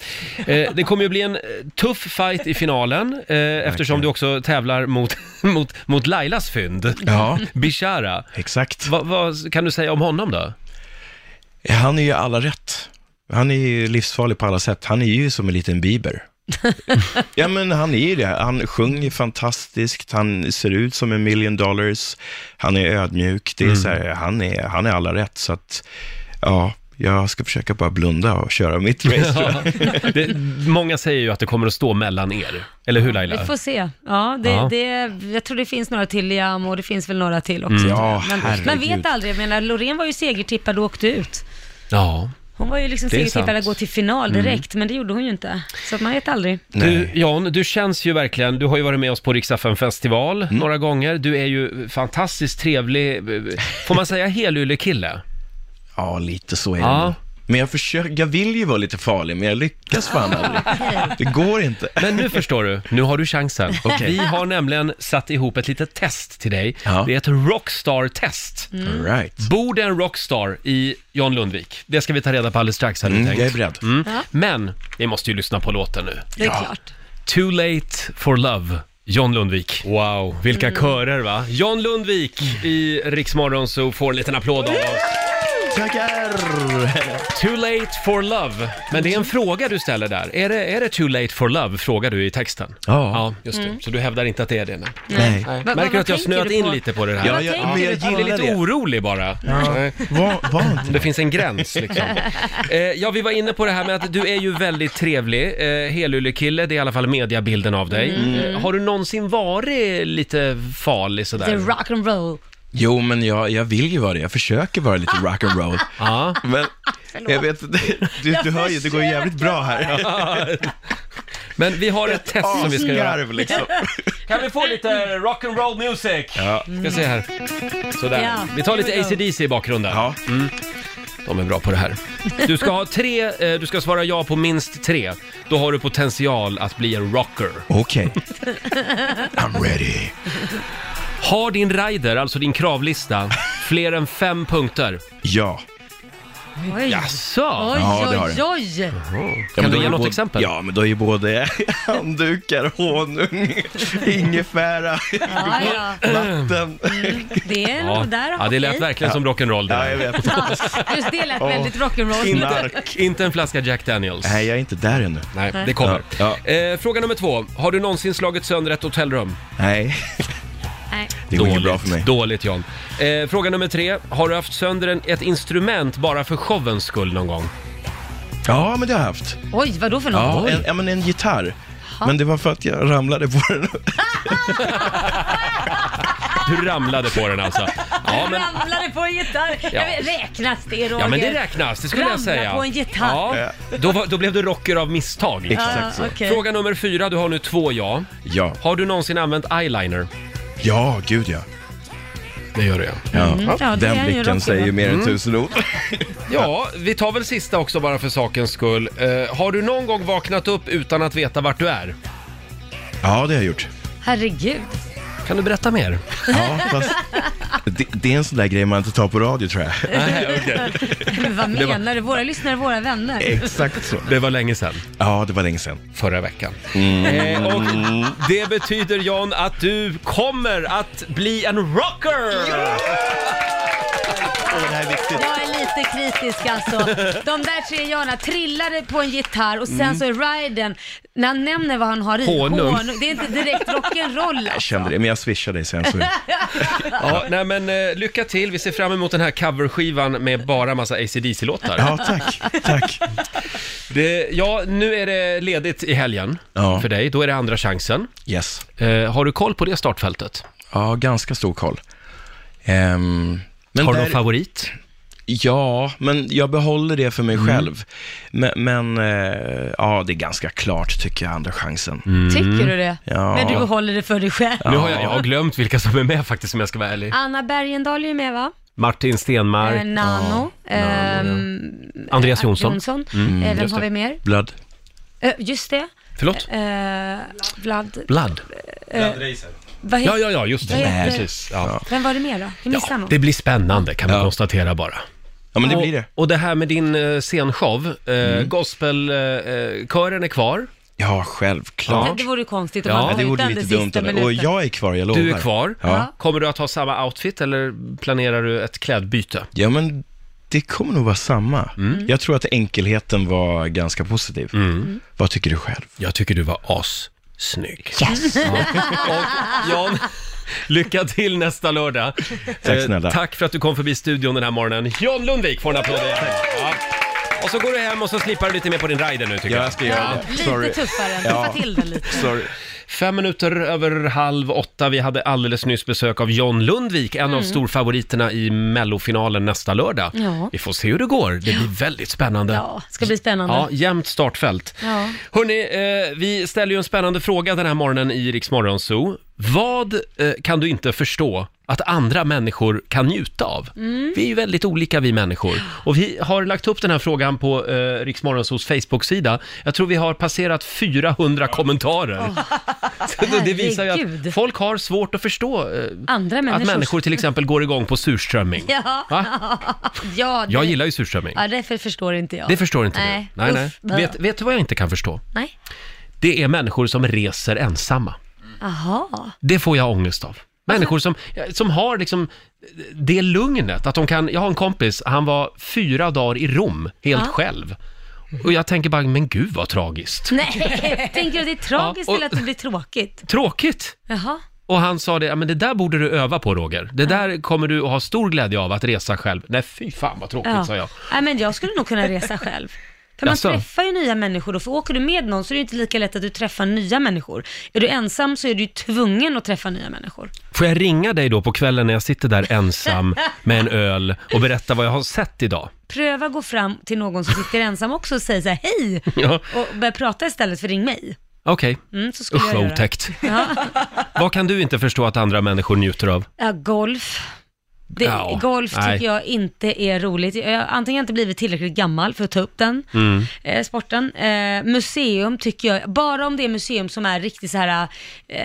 Eh, det kommer ju bli en eh, tuff fight i finalen eh, eftersom du också tävlar mot, mot, mot Lailas fynd,
Ja,
Bishara.
exakt.
Vad vad kan du säga om honom då?
Han är ju alla rätt. Han är ju livsfarlig på alla sätt. Han är ju som en liten Bieber. ja, men han är ju det. Han sjunger fantastiskt, han ser ut som en million dollars, han är ödmjuk. Det är så här, han, är, han är alla rätt, så att ja, jag ska försöka bara blunda och köra mitt race. tror jag.
Ja. Det, många säger ju att det kommer att stå mellan er, eller hur Laila?
vi får se. Ja, det,
Ja.
Det, jag tror det finns några till Liam och det finns väl några till också. tror jag.
Ja,
men
herregud.
man vet aldrig. Jag menar, Loreen var ju segertippad och åkte ut.
Ja.
Hon var ju liksom
Det är
segertippad
sant.
att gå till final direkt, men det gjorde hon ju inte. Så att man vet aldrig.
Du, Jan, du känns ju verkligen, du har ju varit med oss på Rix FM festival
Mm.
några gånger. Du är ju fantastiskt trevlig, eh, får man säga helyllekille?
Ja, lite så är
Ja.
det. Men jag, försöker, jag vill ju vara lite farlig, men jag lyckas fan aldrig. Det går inte.
Men nu förstår du, nu har du chansen.
Okej.
Vi har nämligen satt ihop ett litet test till dig.
Ja. Mm.
Det är ett rockstar-test.
All right.
Bor det en rockstar i John Lundvik? Det ska vi ta reda på alldeles strax hade vi
Mm,
tänkt.
jag är beredd.
Mm. Men, vi måste ju lyssna på låten nu.
Det är klart.
Too late for love, John Lundvik. Wow, vilka
Mm.
körer va? John Lundvik i Riksmorgon så får en liten applåd av oss.
Tackar!
Too late for love. Men det är en fråga du ställer där. Är det, är det too late for love, frågar du i texten?
Ja.
Ja, just det. Så du hävdar inte att det är det? Nej.
Nej.
Mm.
Märker du
Vad- vad
att jag har
tänker
snöat
du
in
på?
lite på det här?
Ja,
Vad
jag,
tänker
men
du
jag
på?
Jag blir
gillar
lite
det.
orolig bara. Nej.
Var, var inte
Det finns en gräns liksom. eh, ja, vi var inne på det här med att du är ju väldigt trevlig. Eh, Helyllekille, det är i alla fall mediabilden av dig. Eh, har du någonsin varit lite farlig
The
sådär?
rock and roll.
Jo, men jag, jag vill ju vara det. Jag försöker vara lite rock'n'roll.
Ja.
Men jag vet, du, du hör ju, det går ju jävligt bra här.
Men vi har ett test som vi ska göra.
Asgarv, liksom.
Kan vi få lite rock'n'roll music?
Ja.
Ska se här. Sådär.
Ja,
vi tar
here we
lite
go.
ACDC i bakgrunden.
Ja. mm,
De är bra på det här. Du ska ha tre, eh, du ska svara ja på minst tre. Då har du potential att bli en rocker.
Okej. I'm ready.
Har din rider, alltså din kravlista, fler än fem punkter?
Ja.
Oj.
Jaså?
Oj,
Ja, det har
oj,
det.
oj!
Ja, men
du
då
ge
är
något
både,
exempel?
Ja, men då är ju både handdukar, honung, ingefära,
Ja, ja.
vatten.
Det är
Ja,
nog där.
ja, det lät
okej.
verkligen som rock'n'roll det
Ja,
där.
jag vet.
Just det lät väldigt rock'n'roll.
Knark.
Inte en flaska Jack Daniels.
Nej, jag är inte där ännu.
Nej, det kommer.
Ja,
Eh, fråga nummer två. Har du någonsin slagit sönder ett hotellrum?
Nej,
Nej.
det går inte bra för mig.
Dåligt, John. Eh, fråga nummer tre. Har du haft sönder en, ett instrument bara för showens skull någon gång?
Ja, men det har jag haft.
Oj, vad då för något?
Ja,
Oj.
en, ja, men en gitarr. Men det var för att jag ramlade på den.
Du ramlade på den alltså. Ja, men,
Ramlade på en gitarr.
Ja.
Jag vet, räknas det Roger?
ja, men det räknas, det skulle jag
Ramla
säga.
på en gitarr.
Ja, då, var, då blev du rocker av misstag.
Exakt så.
Ja, okej.
Fråga nummer fyra. Du har nu två ja.
Ja,
Har du någonsin använt eyeliner?
ja, gud ja.
Det gör jag.
ja.
ja, det är ju
Den
rockig,
blicken säger
va?
ju Mm. mer än tusen ord.
Ja, vi tar väl sista också bara för sakens skull. Eh, har du någon gång vaknat upp utan att veta vart du är?
Ja, det har jag gjort.
Herregud.
Kan du berätta mer?
Ja, fast det, det är en sån där grej man inte tar på radio tror jag.
Men vad menar du? Våra lyssnare, våra vänner.
Exakt så.
Det var länge sedan,
Ja, det var länge sedan.
förra veckan. Eh, och det betyder John att du kommer att bli en rocker!
Åh, det här är viktigt.
Jag är lite jättekritisk alltså. De där tre görna trillade på en gitarr och sen så är Ryden, när han nämner vad han har i,
Mm. Honung.
det är inte direkt rock'n'roll
Jag
alltså.
kände det, men jag swishar dig sen. Så...
Ja, nej men eh, lycka till. Vi ser fram emot den här coverskivan med bara massa ACDC-låtar.
Ja, tack. tack.
Det, ja, nu är det ledigt i helgen
Ja.
för dig. Då är det andra chansen.
Yes.
Eh, har du koll på det startfältet?
Ja, ganska stor koll. Ehm, men
Har du
där-
någon favorit?
Ja, men jag behåller det för mig
Mm.
själv. Men, men eh, ja, det är ganska klart tycker jag, andra chansen.
Mm.
Tycker du det?
Ja.
Men du behåller det för dig själv.
Nu har jag, jag har glömt vilka som är med faktiskt om jag ska vara ärlig.
Anna Bergendahl är ju med va?
Martin
Eh,
Stenmark,
Nano. ehm,
Andreas Jonsson. Mm.
Jonsson. Eh, Vem
just
har
det.
vi mer?
Blood.
Eh, Just det.
Förlåt?
Eh, Vlad.
Blood.
Vad
Ja,
heter,
ja, ja, just det.
Vad heter-
Precis. Ja.
Vem var det mer då? Jag missade
Ja,
någon.
det blir spännande kan vi
Ja.
konstatera bara.
Ja, men det
och,
blir det.
Och det här med din eh, scenshow, eh,
Mm.
gospelkören är kvar.
Ja, självklart.
Det vore ju konstigt om
Ja,
man
det
var
Det
utan
vore
det
lite
sista
dumt. av mig. Och
minuten.
jag är kvar, jag lovar.
Du är kvar.
Ja.
Kommer du att ha samma outfit eller planerar du ett klädbyte?
ja, men det kommer nog vara samma.
Mm.
Jag tror att enkelheten var ganska positiv. Vad tycker du själv?
Jag tycker du var as. Snygg. Yes! Och Jan, lycka till nästa lördag.
Tack snälla.
Eh, tack för att du kom förbi studion den här morgonen. Jan Lundvik får en applåd igen. Ja. Och så går du hem och så slipar du lite mer på din rider nu tycker jag.
ska
Lite tuffare, tuffa till den lite.
Sorry.
Fem minuter över halv åtta. Vi hade alldeles nyss besök av John Lundvik, en
Mm.
av storfavoriterna i mellofinalen nästa lördag.
Ja.
Vi får se hur det går. Det blir väldigt spännande.
Ja, ska bli spännande.
Ja, jämnt startfält.
Ja.
Hörni, eh, vi ställer ju en spännande fråga den här morgonen i Rix Morgon Zoo. Vad eh, kan du inte förstå att andra människor kan njuta av?
Mm.
Vi är ju väldigt olika vi människor. Och vi har lagt upp den här frågan på eh, Rix Morgon Zoos Facebook-sida. Jag tror vi har passerat 400 kommentarer. Så det- det visar ju att
herregud.
folk har svårt att förstå eh,
Andra
att
människor.
människor till exempel går igång på surströmming.
Ja,
Va?
ja, det,
Jag gillar ju surströmming.
ja, därför förstår inte jag.
Det förstår inte
Nej.
du? Nej,
Uff.
nej. Vet, vet du vad jag inte kan förstå?
Nej.
Det är människor som reser ensamma.
Aha.
Det får jag ångest av. Människor som, som har liksom det lugnet att de kan, jag har en kompis, han var fyra dagar i Rom helt själv. Och jag tänker bara, men gud vad tragiskt.
Nej, tänker du att det är tragiskt
Ja, och-
eller att det blir tråkigt?
Tråkigt!
Jaha.
Och han sa det, ja men det där borde du öva på Roger. Det där kommer du att ha stor glädje av att resa själv. Nej fy fan vad tråkigt
Ja.
sa jag.
Nej, men jag skulle nog kunna resa själv. För man
Jaså?
träffar ju nya människor då, för åker du med någon så är det ju inte lika lätt att du träffar nya människor. Är du ensam så är du ju tvungen att träffa nya människor.
Får jag ringa dig då på kvällen när jag sitter där ensam med en öl och berätta vad jag har sett idag?
Pröva gå fram till någon som sitter ensam också och säga så här, hej!
Ja.
Och börja prata istället för ring mig.
Okej.
Mm, så skulle
Usch
jag
vad
göra.
otäckt.
Ja.
Vad kan du inte förstå att andra människor njuter av?
Ja, golf. Det,
Ja,
golf
nej.
tycker jag inte är roligt. Jag har antingen inte blivit tillräckligt gammal för att ta upp den
Mm.
eh, sporten. Eh, museum tycker jag, bara om det är museum som är riktigt så här, eh,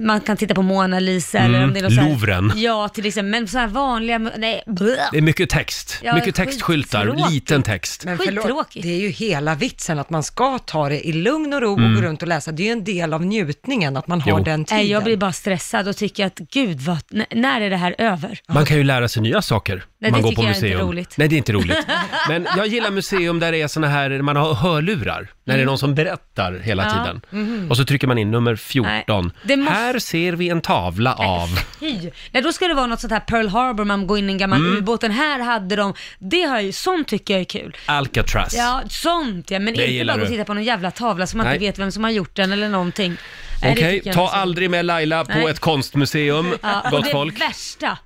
man kan titta på Mona Lisa eller om det är något så här-
Mm. Louvren.
Ja, till exempel. Men så här vanliga, mu- nej, Eh, blä.
Det är mycket text.
Ja,
mycket
skit-
textskyltar,
tråkigt.
liten text.
Men förlåt,
Skittråkigt.
det är ju hela vitsen att man ska ta det i lugn och ro och gå runt och läsa. Det är ju en del av njutningen att man har
Mm. Jo.
den tiden.
Nej, jag blir bara stressad och tycker att gud, vad, n- när är det här över?
Man kan ju lära sig nya saker när
Nej,
man
det
går
tycker
på
jag inte
museum.
är roligt.
Nej, det är inte roligt. Men jag gillar museum där det är såna här, man har hörlurar, när det är någon som berättar hela
Mm. Ja. Mm-hmm.
tiden. Och så trycker man in nummer 14.
Nej, det måste-
Här ser vi en tavla av...
Fy. Nej, då ska det vara något sånt här Pearl Harbor, man går in i en gammal
Mm.
ubåt. Den här hade de, det har jag ju, sånt tycker jag är kul.
Alcatraz.
Ja, sånt ja, men inte
gillar
bara gå och
du.
titta på någon jävla tavla som man
Nej.
inte vet vem som har gjort den eller någonting. Nej, det
Okej,
tycker jag
ta
inte så.
aldrig med Laila på
Nej.
ett konstmuseum,
Ja, och
gott
det
folk. Mm.
värsta,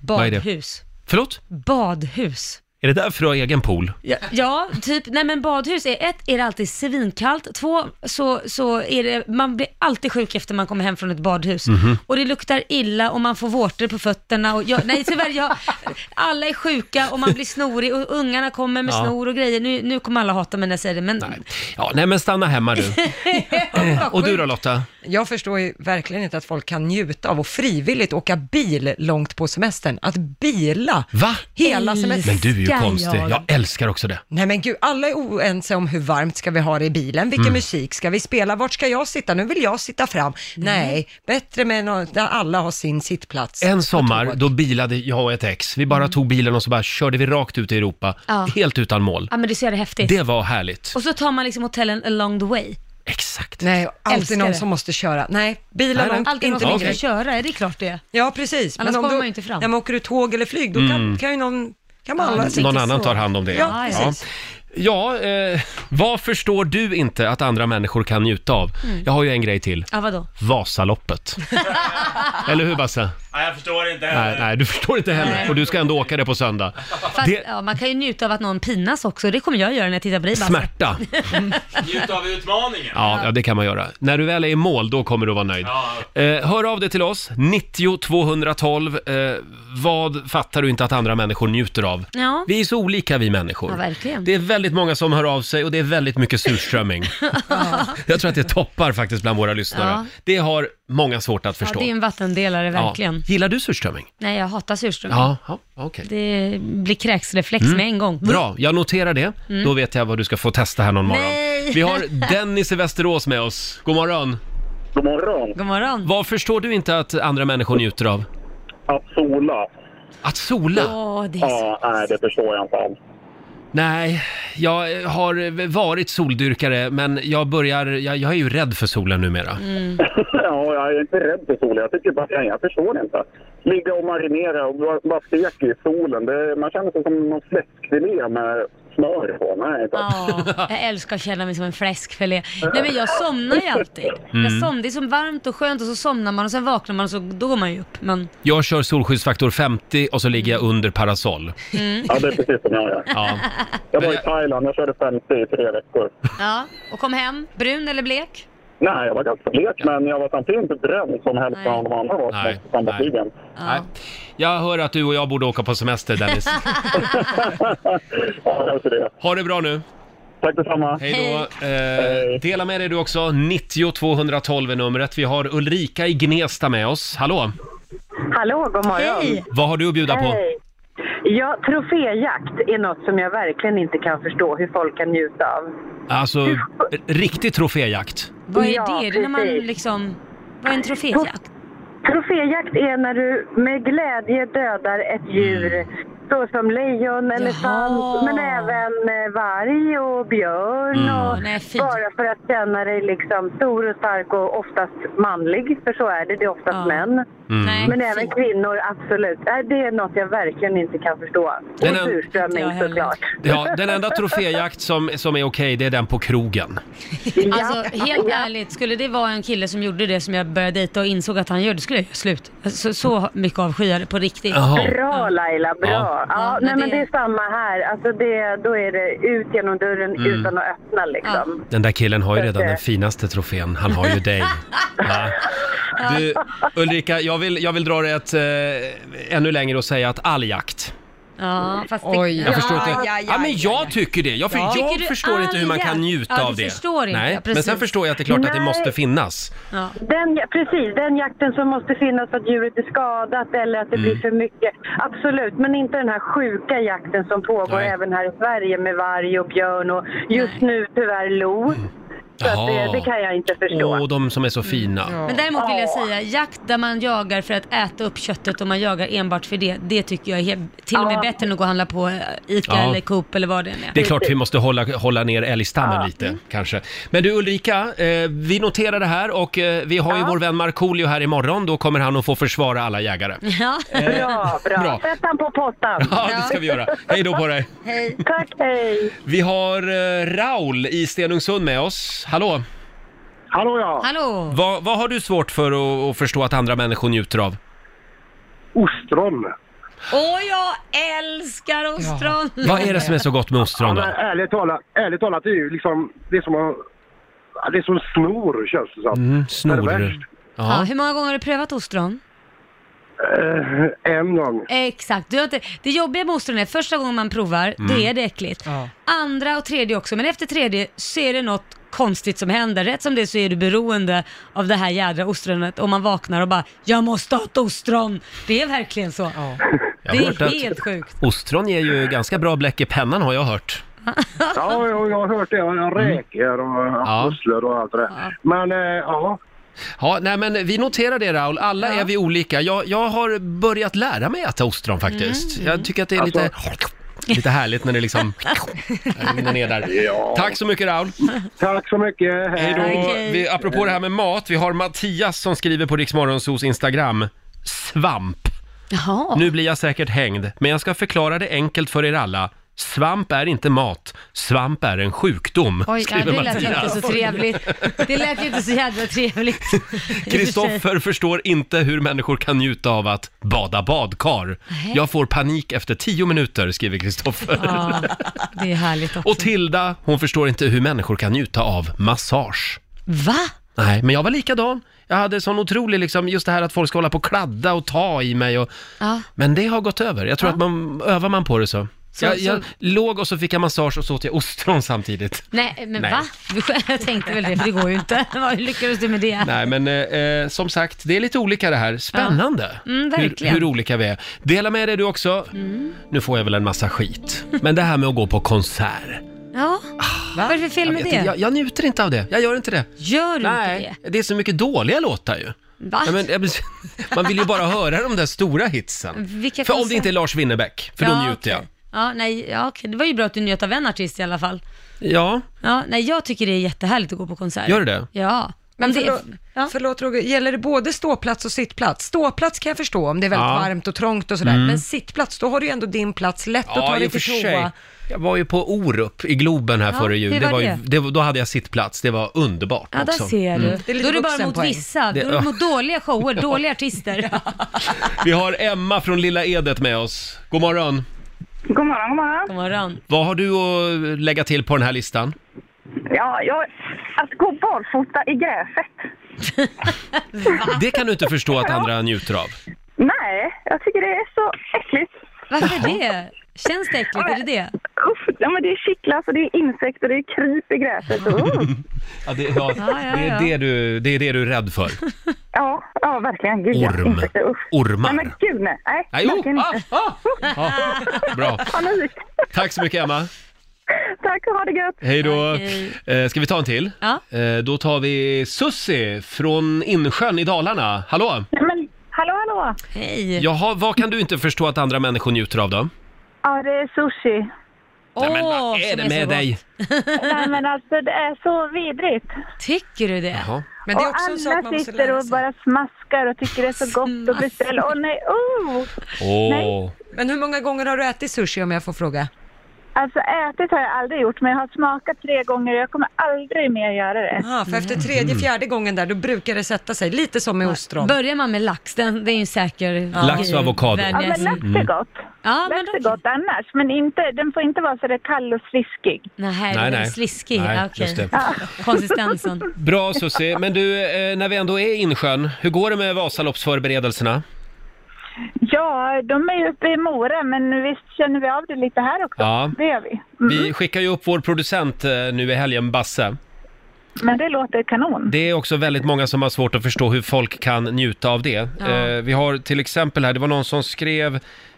vad är det?
badhus.
Förlåt?
Badhus.
Är det därför du har egen pool?
Ja, ja, typ, nej men badhus är ett, är det alltid svinkallt, två, så, så är det, man blir alltid sjuk efter man kommer hem från ett badhus.
Mhm.
Och det luktar illa och man får vårtor på fötterna och jag, nej tyvärr, jag, alla är sjuka och man blir snorig och ungarna kommer med
Ja.
snor och grejer. Nu, nu kommer alla hata mig när jag säger det, men
Ja, nej men stanna hemma du. Och du då Lotta?
Jag förstår ju verkligen inte att folk kan njuta av att frivilligt åka bil långt på semestern. Att bila
Va?
hela semestern.
Men du är ju
älskar
konstig.
jag.
Jag älskar också det.
Nej men gud, alla är oense om hur varmt ska vi ha det i bilen,
Mm.
vilken musik ska vi spela, vart ska jag sitta, nu vill jag sitta fram.
Mm.
Nej, bättre med något där alla har sin sittplats.
En
på
sommar,
tåget.
då bilade jag och ett ex. Vi bara tog bilen och så bara körde vi rakt ut i Europa.
Ja.
Helt utan mål.
Ja men du ser det häftigt.
Det var härligt.
Och så tar man liksom hotellen along the way.
Exakt.
Nej,
Älskar
alltid någon
det.
som måste köra. Nej, bilar
Nej, nej.
långt,
Alltid någon
inte
som
min
måste
grej.
köra, är det klart det?
Ja, precis.
Annars kommer
du-
man ju inte fram.
När man åker ut tåg eller flyg, då kan, kan ju någon, kan man
Ja,
alla
det-
sitta.
Mm. Någon
så.
annan tar hand om det.
Ja,
Ja, ja.
precis.
Ja, eh, vad förstår du inte att andra människor kan njuta av? Jag har ju en grej till.
Ja vadå?
Vasaloppet. Eller hur Basse?
Nej, jag förstår inte
Nej, nej, du förstår inte heller. Och du ska ändå åka det på söndag.
Fast,
Det-
ja, man kan ju njuta av att någon pinas också, det kommer jag göra när jag tittar på dig Basse.
Smärta.
Njut av utmaningen.
Ja, ja, det kan man göra. När du väl är i mål, då kommer du vara nöjd. Eh, hör av dig till oss, 90 212. Eh, vad fattar du inte att andra människor njuter av?
Ja.
Vi är så olika vi människor.
Ja, verkligen.
Det är väldigt många som hör av sig och det är väldigt mycket surströmming. Jag tror att det toppar faktiskt bland våra lyssnare.
Ja.
Det har många svårt att
Ja,
förstå.
det är en vattendelare verkligen.
Ja. Gillar du surströmming?
Nej, jag hatar surströmming.
Ja, ja okej.
Det blir kräksreflex med en gång.
Bra, jag noterar det. Då vet jag vad du ska få testa här någon morgon.
Nej.
Vi har Dennis i Västerås med oss. God morgon.
God morgon.
God morgon.
Vad förstår du inte att andra människor njuter av?
Att sola,
Att sola?
Åh, det är så...
ja, nej, det förstår jag inte alls.
Nej, jag har varit soldyrkare men jag börjar, jag, jag är ju rädd för solen numera.
ja, jag är inte rädd för solen. Jag tycker bara, nej, jag förstår inte. Ligga och marinera och bara, bara steka i solen. Det, man känner sig som någon fläskfilé med smör på. Nej, inte.
Ja, jag älskar att känna mig som en fläskfilé. Nej men jag somnar ju alltid. Jag
Mm.
somnar, det är så varmt och skönt och så somnar man och sen vaknar man och så, då går man ju upp. Men
Jag kör solskyddsfaktor 50 och så ligger jag under parasoll.
Ja, det är precis som jag gör.
Ja.
Jag var i Thailand. Jag körde 50 i tre veckor.
ja, och kom hem, brun eller blek?
Nej, jag var ganska blek, men jag var samtidigt inte bränd som hälften
Nej.
av de andra var
Nej,
på samma
nej.
tiden.
Nej. Jag hör att du och jag borde åka på semester Dennis.
Ja, kanske det.
Ha det bra nu.
Tack detsamma.
Hej då. Eh, dela med dig du också. 90 212 är numret. Vi har Ulrika i Gnesta med oss. Hallå!
Hallå, god morgon.
Hej!
Vad har du att bjuda på?
Hej. Ja, troféjakt är något som jag verkligen inte kan förstå hur folk kan njuta av.
Alltså, r- riktig troféjakt.
Vad är
Ja,
det? Det är när man
precis.
liksom... Vad är en troféjakt?
Troféjakt är när du med glädje dödar
Mm.
ett djur, så som lejon, elefant, men även eh, varg och björn. Och
Mm. Nej, fy.
bara för att känna dig liksom stor och stark och oftast manlig, för så är det, det är oftast
Ja.
män.
Mm.
Nej,
Men
fy.
även kvinnor, absolut. Nej, Det är något jag verkligen inte kan förstå.
Den
Och
en-
Inte jag
surströmming
heller.
såklart.
Ja, den enda troféjakt som, som är okej, det är den på krogen.
Alltså helt ärligt, skulle det vara en kille som gjorde det som jag började dejta och insåg att han gjorde, skulle jag göra slut. Så, så mycket avskyr det på riktigt.
Jaha.
Bra Laila, bra.
Ja.
Ja.
Ja,
nej,
men
men
det-
det är samma här. Alltså det, då är det ut genom dörren
Mm.
utan att öppna liksom.
Den där killen har ju redan den finaste trofén. Han har ju dig. Ja. Du, Ulrika, jag vill, jag vill dra det ett, eh, ännu längre och säga att all jakt.
Ja, fast det,
Oj.
Jag förstår
Ja,
inte.
ja, ja,
ja, men jag tycker det. Jag, för,
Tycker
jag
du
förstår inte hur man
all
kan
jakt?
njuta
Ja, du
av det.
förstår inte,
Nej,
ja,
men sen
precis.
förstår jag att det är klart att det
Nej.
måste finnas.
ja.
Den, precis, den jakten som måste finnas för att djuret är skadat eller att det
Mm.
blir för mycket. Absolut, men inte den här sjuka jakten som pågår
Nej.
även här i Sverige med varg och björn och just nu tyvärr lo. Så att
Mm. Jaha.
det, det kan jag inte förstå.
Åh, de som är så fina.
Men däremot vill jag säga, jakt där man jagar för att äta upp köttet och man jagar enbart för det, det tycker jag är he- till och med bättre än att gå och handla på eh, ICA
Ja.
eller Coop eller vad det än är.
Det är klart vi måste hålla, hålla ner älgstammen
Mm.
lite kanske. Men du Ulrika, eh, vi noterar det här och eh, vi har ju vår vän Markoolio här imorgon. Då kommer han att få försvara alla jägare. Eh,
Ja.
Bra, bra.
Bra.
Sätt han på pottan.
Ja, det ska vi göra. Hej då på dig.
Tack, hej.
Vi har eh, Raul i Stenungsund med oss. Hallå!
Hallå ja!
Hallå!
Vad, vad har du svårt för att, att förstå att andra människor njuter av?
Ostron!
Åh, jag älskar ostron!
Vad är det som är så gott med ostron
Ja,
då?
men ärligt, talat, ärligt talat, det är ju liksom, det är som att, ja, det är som snor känns det som.
Mm, snor.
Perverst.
Ja,
Ja.
hur många gånger har du prövat ostron?
Eh, en gång.
Exakt. Du har inte, det jobbiga med ostron är första gången man provar,
Mm.
då är det äckligt.
Ja.
Andra och tredje också, men efter tredje så är det något konstigt som händer. Rätt som det så är du beroende av det här jädra ostronet och man vaknar och bara “Jag måste ha ett ostron!” Det är verkligen så.
Jag har hört
Det är
att
helt sjukt.
ostron ger ju ganska bra bläck i pennan har jag hört.
Ja, jag, jag har hört det.
Mm.
En räkor och
Ja.
musslor och allt det där. Men eh, ja,
Ja, nej men vi noterar det Raul, alla är vi olika. Jag, jag har börjat lära mig att äta ostron faktiskt. Jag tycker att det är lite, lite härligt när det liksom rinner ner där.
Ja.
Tack så mycket Raul.
tack så mycket.
Eh,
Hej då.
Okej.
Vi, apropå det här med mat, vi har Mattias som skriver på Riksmorgonsos Instagram, svamp.
Jaha.
Nu blir jag säkert hängd, men jag ska förklara det enkelt för er alla. Svamp är inte mat, svamp är en sjukdom,
Oj, ja,
skriver alltså.
det lät ju inte
Mattias.
så trevligt. Det lät ju inte så jävla trevligt. i och för sig.
Kristoffer förstår inte hur människor kan njuta av att bada badkar.
Nej.
Jag får panik efter tio minuter, skriver Kristoffer.
Ja, det är härligt också.
Och Tilda, hon förstår inte hur människor kan njuta av massage.
Va?
Nej, men jag var likadan. Jag hade sån otrolig, liksom, just det här att folk ska hålla på och kladda och ta i mig och...
Ja.
Men det har gått över. Jag tror att man, övar man på det så.
Så-
jag,
så-
jag låg och så fick jag massage och så åt jag ostron samtidigt.
Nej, men
Nej.
va? Du sk- Jag tänkte väl det, för det går ju inte. Vad lyckades du med det?
Nej, men eh, eh, som sagt, det är lite olika det här. Spännande!
Mm,
hur,
verkligen. Mm.
hur olika vi är. Dela med dig du också. Nu får jag väl en massa skit. Men det här med att gå på konsert.
Ja, vad är det för fel
Jag,
med
vet,
det?
inte, jag, jag njuter inte av det. Jag gör inte det.
Gör du
Nej,
inte
det. är så mycket dåliga låtar ju.
det? Va?
Ja, men, jag- man vill ju bara höra de där stora hitsen.
Vilka
För om
konser-
det inte är Lars Winnerbäck, för då
Ja,
njuter jag.
okej. Ja, nej, ja, okej. Det var ju bra att du njöt av en artist i alla fall.
Ja,
Ja, nej, jag tycker det är jättehärligt att gå på konserter.
gör du det?
Ja.
Men
Om det
förlåt,
är- ja.
förlåt Roger, gäller det både ståplats och sittplats? Ståplats kan jag förstå om det är väldigt
Ja. Mm.
varmt och trångt och sådär, men sittplats, då har du ju ändå din plats, lätt att ta
i
dig
och för
till toa.
sig. Jag var ju på Orup i Globen här
Ja,
före jul.
hur
Det
var
var ju,
det?
det, var- då hade jag sittplats. Det var underbart
Ja, där
också. Mm.
ser du.
Det är lite
Då är det bara mot
vuxenpoäng.
vissa.
Det-
Då är det mot dåliga shower, dåliga artister.
Vi har Emma från Lilla Edet med oss. God morgon.
God morgon,
God
god morgon.
morgon.
Vad har du att lägga till på den här listan?
Ja, jag, att gå barfota i gräset.
Det kan du inte förstå att andra njuter av.
Nej, jag tycker det är så äckligt.
Varför det? Känns det äckligt? Är det det?
Uff, ja, men det är kittlas och det är insekter och det är kryp i gräset. Och, uh.
Ja, det, ja,
Ja, ja,
det, är
ja.
det, du, det är det du är rädd för.
ja, ja, verkligen. Gud, ja,
Orm.
insekter, usch. Nej, men
Ormar.
gud nej. Nej,
Nej, jo!
verkligen
Ah,
inte.
ah, ah. Bra.
Panik.
Tack så mycket, Emma.
Tack och ha det gött.
Hej då.
Tack, hej.
Eh, ska vi ta en till?
Ja.
Eh, då tar vi Sussi från Insjön i Dalarna. Hallå!
Nej, men, hallå, hallå.
Hej.
Jaha, vad kan du inte förstå att andra människor njuter av då?
Ja, det är sushi.
Åh,
men vad är
som
det
så
med
gott.
dig?
Nej, men alltså det är så vidrigt.
Tycker du det?
Jaha.
Men det är
Och
också en sak man
alla
måste
sitter
lära
och
sig.
bara smaskar och tycker det är så gott och beställer. Åh nej, oh!
Åh.
Men hur många gånger har du ätit sushi om jag får fråga?
Alltså ätit har jag aldrig gjort, men jag har smakat tre gånger och jag kommer aldrig mer göra det.
Ja, Ah, för
Mm.
efter tredje,
Mm.
fjärde gången där, då brukar det sätta sig, lite som med ostron.
Börjar man med lax, den, det är ju en säker...
Lax och avokado.
Ja,
värld-
men lax är gott.
Ja, men
Lax är
då-
gott annars, men inte, den får inte vara så där kall och sliskig.
Nej,
Nej,
den är
nej.
sliskig.
Nej,
ja, okej.
just det.
Konsistensen.
Bra Susie, men du, eh, när vi ändå är i Insjön, hur går det med Vasaloppsförberedelserna?
Ja, de är ju uppe i Mora, men visst känner vi av det lite här också.
Ja.
Det gör vi. Mm,
Vi skickar ju upp vår producent eh, nu i helgen, Basse.
Men det låter kanon.
Det är också väldigt många som har svårt att förstå hur folk kan njuta av det. Eh, Vi har till exempel här, det var någon som skrev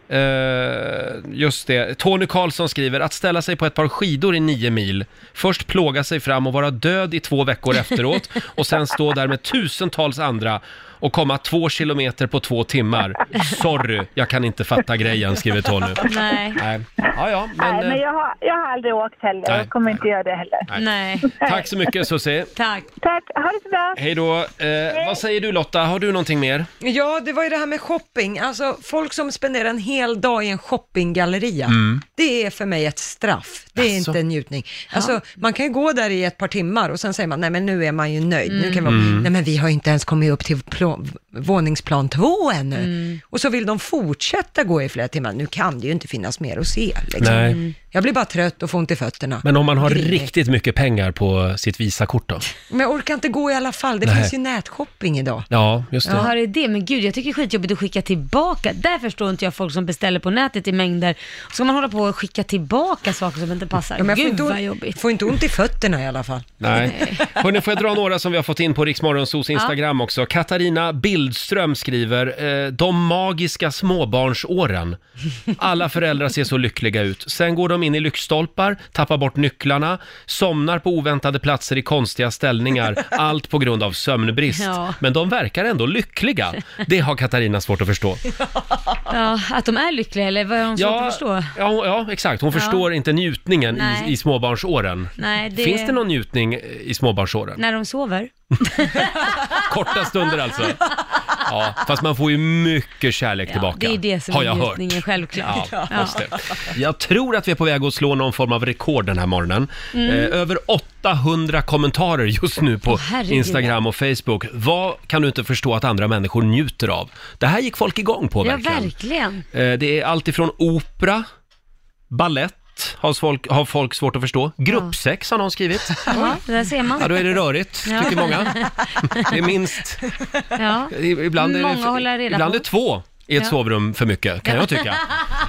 eh, just det, Tony Karlsson skriver att ställa sig på ett par skidor i nio mil, först plåga sig fram och vara död i två veckor efteråt och sen stå där med tusentals andra och komma två kilometer på två timmar. Sorry, jag kan inte fatta grejen, skriver Tony.
Nej.
Nej, ja, ja, men,
Nej, men
eh,
jag har, jag har aldrig åkt heller
Nej.
och kommer inte göra det heller.
Nej.
Nej.
eh, tack så mycket Susie.
Tack.
Tack, ha det så bra.
Hej då. Eh, vad säger du Lotta, har du någonting mer?
Ja, det var ju det här med shopping, alltså folk som spenderar en hel dag i en shoppinggalleria, det är för mig ett straff, det är
Mm. Alltså.
inte en njutning. Alltså, man kan ju gå där i ett par timmar och sen säger man, nej men nu är man ju nöjd, nu kan vi,
Mm.
nej men vi har ju inte ens kommit upp till pl- våningsplan två ännu.
Mm.
Och så vill de fortsätta gå i flera timmar, nu kan det ju inte finnas mer att se. Liksom.
Nej.
Jag blir bara trött och får ont i fötterna.
Men om man har
Grinig.
riktigt mycket pengar på sitt Visakort då?
Men jag orkar inte gå i alla fall, det
Nej.
finns ju nätshopping idag.
Ja, just det.
Jaha, det är det. Men gud, jag tycker det är skitjobbigt att skicka tillbaka. Där förstår inte jag folk som beställer på nätet i mängder. Och så ska man hålla på och skicka tillbaka saker som inte passar.
Ja, men jag får
Gud
inte,
vad
ont,
jobbigt.
får inte ont i fötterna i alla fall.
Nej. Hörrni, får jag dra några som vi har fått in på Riksmorgonsos Instagram också. Katarina Bildström skriver, eh, de magiska småbarnsåren. Alla föräldrar ser så lyckliga ut. Sen går de in i lyktstolpar, tappar bort nycklarna, somnar på oväntade platser i konstiga ställningar. Allt på grund av sömnbrist.
Ja.
Men de verkar ändå lyckliga. Det har Katarina svårt att förstå.
Ja, att de är lyckliga eller vad har de svårt att förstå?
Ja, hon- ja, exakt. Hon förstår inte njutningen i,
Nej.
i småbarnsåren.
Nej, det...
Finns det någon njutning eh, i småbarnsåren?
När de sover?
Korta stunder alltså. Ja, fast man får ju mycket kärlek
Ja,
tillbaka.
det är det som
har
är
jag hört.
njutningen, självklart.
Ja, just det. Jag tror att vi är på väg att slå någon form av rekord den här morgonen. Eh, över 800 kommentarer just nu på
Mm. Åh, herregud.
Instagram och Facebook. Vad kan du inte förstå att andra människor njuter av? Det här gick folk igång på
Ja,
verkligen.
verkligen.
Eh, Det är allt ifrån opera, ballett har folk, har folk svårt att förstå. Gruppsex har någon skrivit.
Ja, där ser man.
Ja, då är det rörigt,
Ja.
tycker många. Det är minst
Ja.
I- Ibland är,
Många håller
det,
reda
ibland
på.
är två i ett
Ja.
sovrum för mycket, kan jag tycka.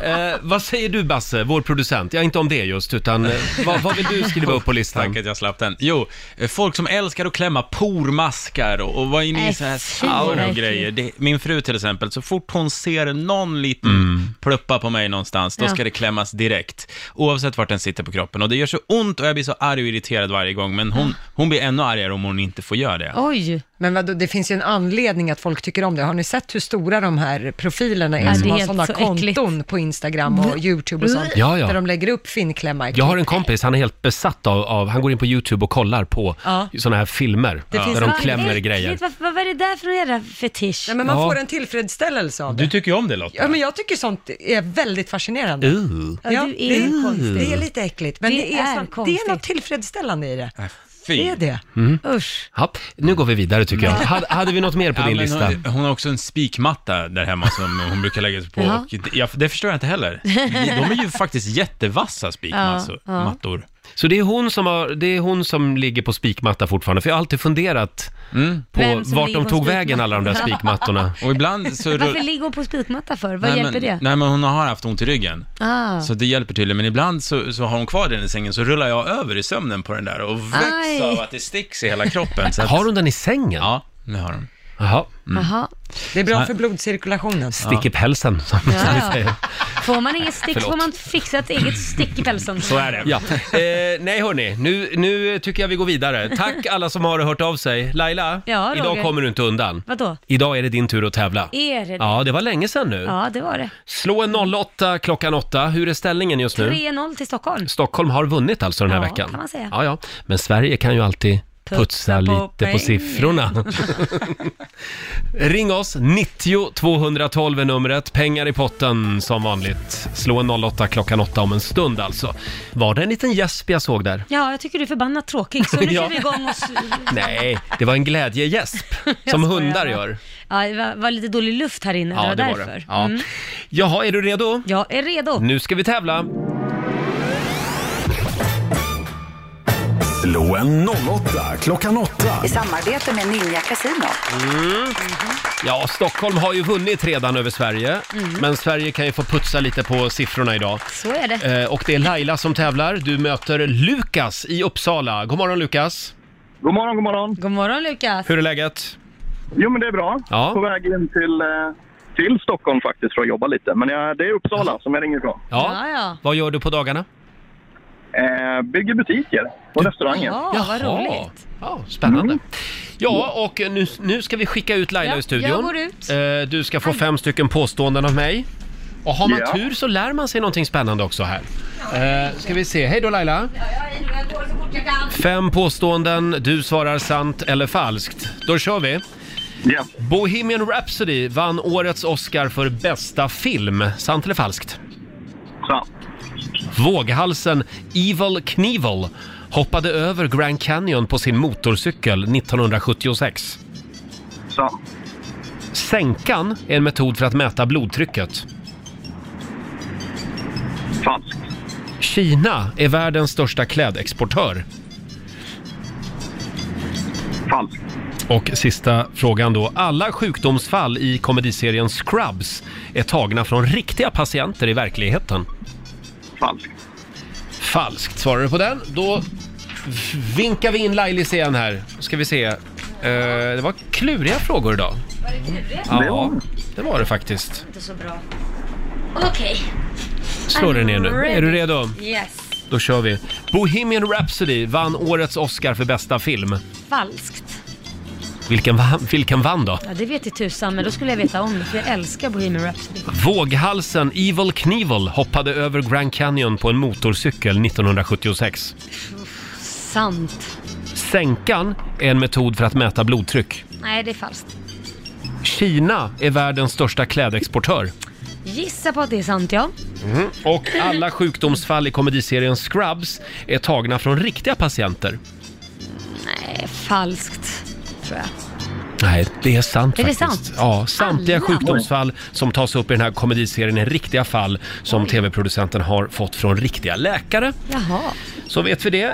eh, vad säger du Basse, vår producent? Ja, inte om det just, utan eh, vad, vad vill du skriva upp på listan?
Tack att jag slapp den. Jo, eh, folk som älskar att klämma pormaskar och, och vara inne i
Nej,
så här
fy,
sauna och
verkligen.
grejer. Det, min fru till exempel, så fort hon ser någon liten
Mm.
pluppa på mig någonstans, då
Ja.
ska det klämmas direkt. Oavsett vart den sitter på kroppen. Och det gör så ont och jag blir så arg och irriterad varje gång, men hon, hon blir ännu argare om hon inte får göra det.
Oj,
Men vadå, det finns ju en anledning att folk tycker om det. Har ni sett hur stora de här profilerna är
Ja,
som
det är
har
helt
sådana
så
konton på Instagram och YouTube och sånt?
Ja, ja.
Där de lägger upp finklämmar.
Jag har en kompis, han är helt besatt av, av han går in på YouTube och kollar på
Ja.
sådana här filmer
finns
där de
Vad
klämmer
äckligt.
grejer.
Vad, vad är det där för jävla fetisch?
Nej, men man
Ja.
får en tillfredsställelse av
Du
det.
tycker ju om det Lotta.
Ja, men jag tycker sånt är väldigt fascinerande.
Uh.
Ja,
Ja,
du
det,
är
är,
konstig.
det är lite äckligt, men det,
Det
är,
är
sånt-
konstigt.
det är något tillfredsställande i det.
Nej,
Det
Fy.
är det.
Usch.
Ja, nu går vi vidare tycker jag. Hade, hade vi något mer på
Ja,
din
men
lista?
hon, hon har också en spikmatta där hemma som hon brukar lägga sig på.
Ja.
Och det, jag, det förstår jag inte heller. De är ju faktiskt jättevassa spikmattor.
Ja, ja.
Så det är hon som, har, det är hon som ligger på spikmatta fortfarande, för jag har alltid funderat på
Vem som
vart
ligger
de
på
tog vägen
spikmatta.
alla de där spikmattorna.
Och ibland så...
Varför ligger hon på spikmatta för? Vad
nej,
hjälper
men,
det?
Nej, men hon har haft ont i ryggen.
Ah.
Så det hjälper tydligen, men ibland så, så har hon kvar den i sängen, så rullar jag över i sömnen på den där och väcks
Aj.
av att det sticks i hela kroppen. Så att,
Har hon den i sängen?
Ja, det har hon.
Jaha,
Jaha.
Det är bra för blodcirkulationen.
stick i pälsen som, som vi
Ja.
säger.
Ah. Får man inget stick
Förlåt.
får man fixa ett eget stick i pälsen.
Så är det.
Ja. Eh, nej hörni, nu, nu tycker jag vi går vidare. Tack alla som har hört av sig. Laila,
Ja, Roger.
idag kommer du inte undan.
Vadå?
Idag är det din tur att tävla.
Är det det?
Ja, det var länge sedan nu.
Ja, det var det.
Slå en 08 klockan 8. Hur är ställningen just nu?
3-0 till Stockholm.
Stockholm har vunnit alltså den här
Ja,
veckan.
kan man säga.
Ja, ja. Men Sverige kan ju alltid putsa,
Putsa på
lite på
pengar.
siffrorna. Ring oss, 90 212 är numret. Pengar i potten som vanligt. Slå en 08 klockan 8 om en stund alltså. Var det en liten gäsp jag såg där?
Ja, jag tycker du är förbannat tråkig, så nu
Ja.
kör vi igång och... s-
Nej, det var en glädjegäsp som
Jag skojar
hundar
bara.
gör.
Ja, det var, var lite dålig luft här inne,
Ja,
det
det
var
var
därför. Mm.
det. Ja. Jaha, är du redo?
Jag är redo.
Nu ska vi tävla.
Slå en 08 klockan 8.
I samarbete med Ninja Casino.
Ja, Stockholm har ju vunnit redan över Sverige,
Mm.
men Sverige kan ju få putsa lite på siffrorna idag.
Så är det.
Eh, Och det är Laila som tävlar. Du möter Lukas i Uppsala. God morgon Lukas!
God morgon, god morgon.
God morgon Lukas.
Hur är läget?
Jo, men det är bra.
Ja.
På väg in till, eh, till Stockholm faktiskt för att jobba lite. Men jag, det är Uppsala som jag ringer ifrån.
Ja.
Ja, ja.
Vad gör du på dagarna?
Eh, bygger butiker och restauranger.
Ja, vad
Jaha.
roligt.
Ja, spännande. Ja, och nu, nu ska vi skicka ut Laila
Ja,
i studion.
jag går ut.
Eh, Du ska få fem stycken påståenden av mig. Och har man
Ja.
tur så lär man sig någonting spännande också här. Eh, Ska vi se. Hej då Laila! Fem påståenden, du svarar sant eller falskt. Då kör vi!
Ja.
Bohemian Rhapsody vann årets Oscar för bästa film. Sant eller falskt?
Sant.
Våghalsen Evil Knievel hoppade över Grand Canyon på sin motorcykel 1976.
Sant.
Sänkan är en metod för att mäta blodtrycket.
Falskt.
Kina är världens största klädexportör.
Falskt.
Och sista frågan då. Alla sjukdomsfall i komediserien Scrubs är tagna från riktiga patienter i verkligheten.
Falskt.
Falskt. Svarar du på den? Då vinkar vi in Lailis igen här. Ska vi se. Eh, det var kluriga frågor idag. Ja, det var det faktiskt.
Inte så bra. Okej.
Slå dig ner nu.
I'm
Är du redo?
Yes.
Då kör vi. Bohemian Rhapsody vann årets Oscar för bästa film.
Falskt.
Vilken, va- vilken vann då?
Ja, det vet i tusan, men då skulle jag veta om det, för jag älskar Bohemian Rhapsody.
Våghalsen Evil Knievel hoppade över Grand Canyon på en motorcykel 1976.
Sant.
Sänkan är en metod för att mäta blodtryck.
Nej, det är falskt.
Kina är världens största klädexportör.
Gissa på att det är sant, ja.
Och alla sjukdomsfall i komediserien Scrubs är tagna från riktiga patienter.
Nej, falskt, tror jag.
Nej, det är sant
Är det
faktiskt.
sant?
Ja, samtliga
Alla?
sjukdomsfall som tas upp i den här komediserien är riktiga fall som tv-producenten har fått från riktiga läkare.
Jaha.
Så vet vi det.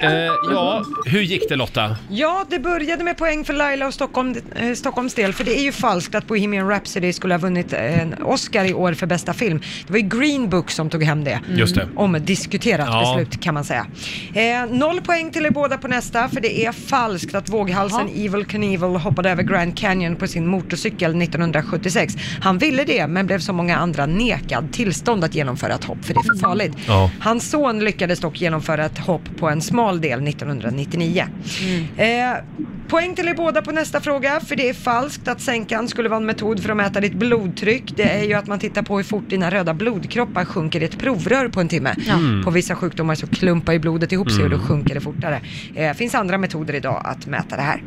Eh, ja, hur gick det Lotta?
Ja, det började med poäng för Laila och Stockholm, eh, Stockholms del, för det är ju falskt att Bohemian Rhapsody skulle ha vunnit eh, en Oscar i år för bästa film. Det var ju Green Book som tog hem det.
Mm.
Mm.
Just det.
Omdiskuterat
Ja.
beslut kan man säga. Eh, noll poäng till er båda på nästa, för det är falskt att våghalsen Evil Knievel hoppade över Grand Canyon på sin motorcykel 1976. Han ville det, men blev som många andra nekad tillstånd att genomföra ett hopp, för det är för farligt.
Ja.
Hans son lyckades dock genomföra ett hopp på en smal del 1999. Eh, poäng till er båda på nästa fråga, för det är falskt att sänkan skulle vara en metod för att mäta ditt blodtryck. Det är ju att man tittar på hur fort dina röda blodkroppar sjunker i ett provrör på en timme. På vissa sjukdomar så klumpar ju blodet ihop sig och då sjunker det fortare. Det eh, finns andra metoder idag att mäta det här.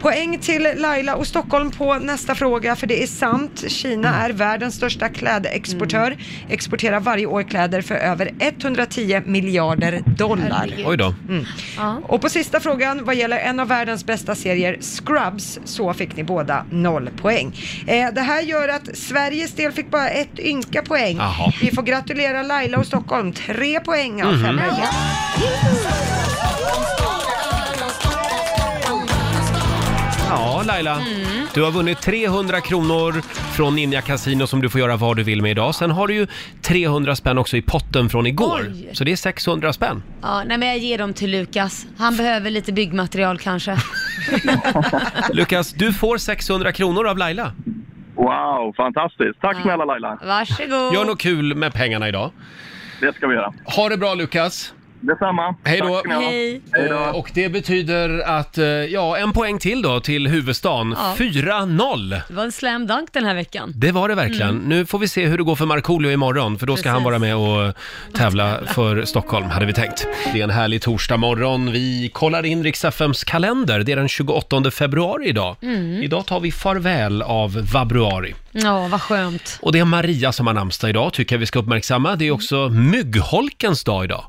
Poäng till Laila och Stockholm på nästa fråga, för det är sant. Kina är världens största klädexportör. Exporterar varje år kläder för över 110 miljarder dollar.
Oj då.
Mm. Ja.
Och på sista frågan, vad gäller en av världens bästa serier, Scrubs, så fick ni båda noll poäng. Eh, det här gör att Sveriges del fick bara ett ynka poäng.
Jaha.
Vi får gratulera Laila och Stockholm, tre poäng av fem möjliga.
Ja, Laila.
Mm.
Du har vunnit 300 kronor från Ninja Casino som du får göra vad du vill med idag. Sen har du ju 300 spänn också i potten från igår.
Oj.
Så det är 600 spänn.
ja. Nej, men jag ger dem till Lukas. Han behöver lite byggmaterial kanske.
Lukas, du får 600 kronor av Laila.
Wow, fantastiskt. Tack snälla Laila.
Varsågod.
Gör något kul med pengarna idag.
Det ska vi göra.
Ha det bra Lukas!
Detsamma.
Hej då.
Tack ska ni ha.
Hej.
Hej då.
Och det betyder att, eh, ja, en poäng till då till huvudstaden.
Ja.
4-0!
Det var en slam dunk den här veckan.
Det var det verkligen. Nu får vi se hur det går för Markoolio imorgon, för då ska
Mm. Precis.
han vara med och tävla för Stockholm, hade vi tänkt. Det är en härlig torsdag morgon. Vi kollar in riks FMs kalender. Det är den 28 februari idag.
Mm.
Idag tar vi farväl av vabruari.
Ja, vad skönt.
Och det är Maria som har namnsdag idag, tycker jag vi ska uppmärksamma. Det är också myggholkens dag idag.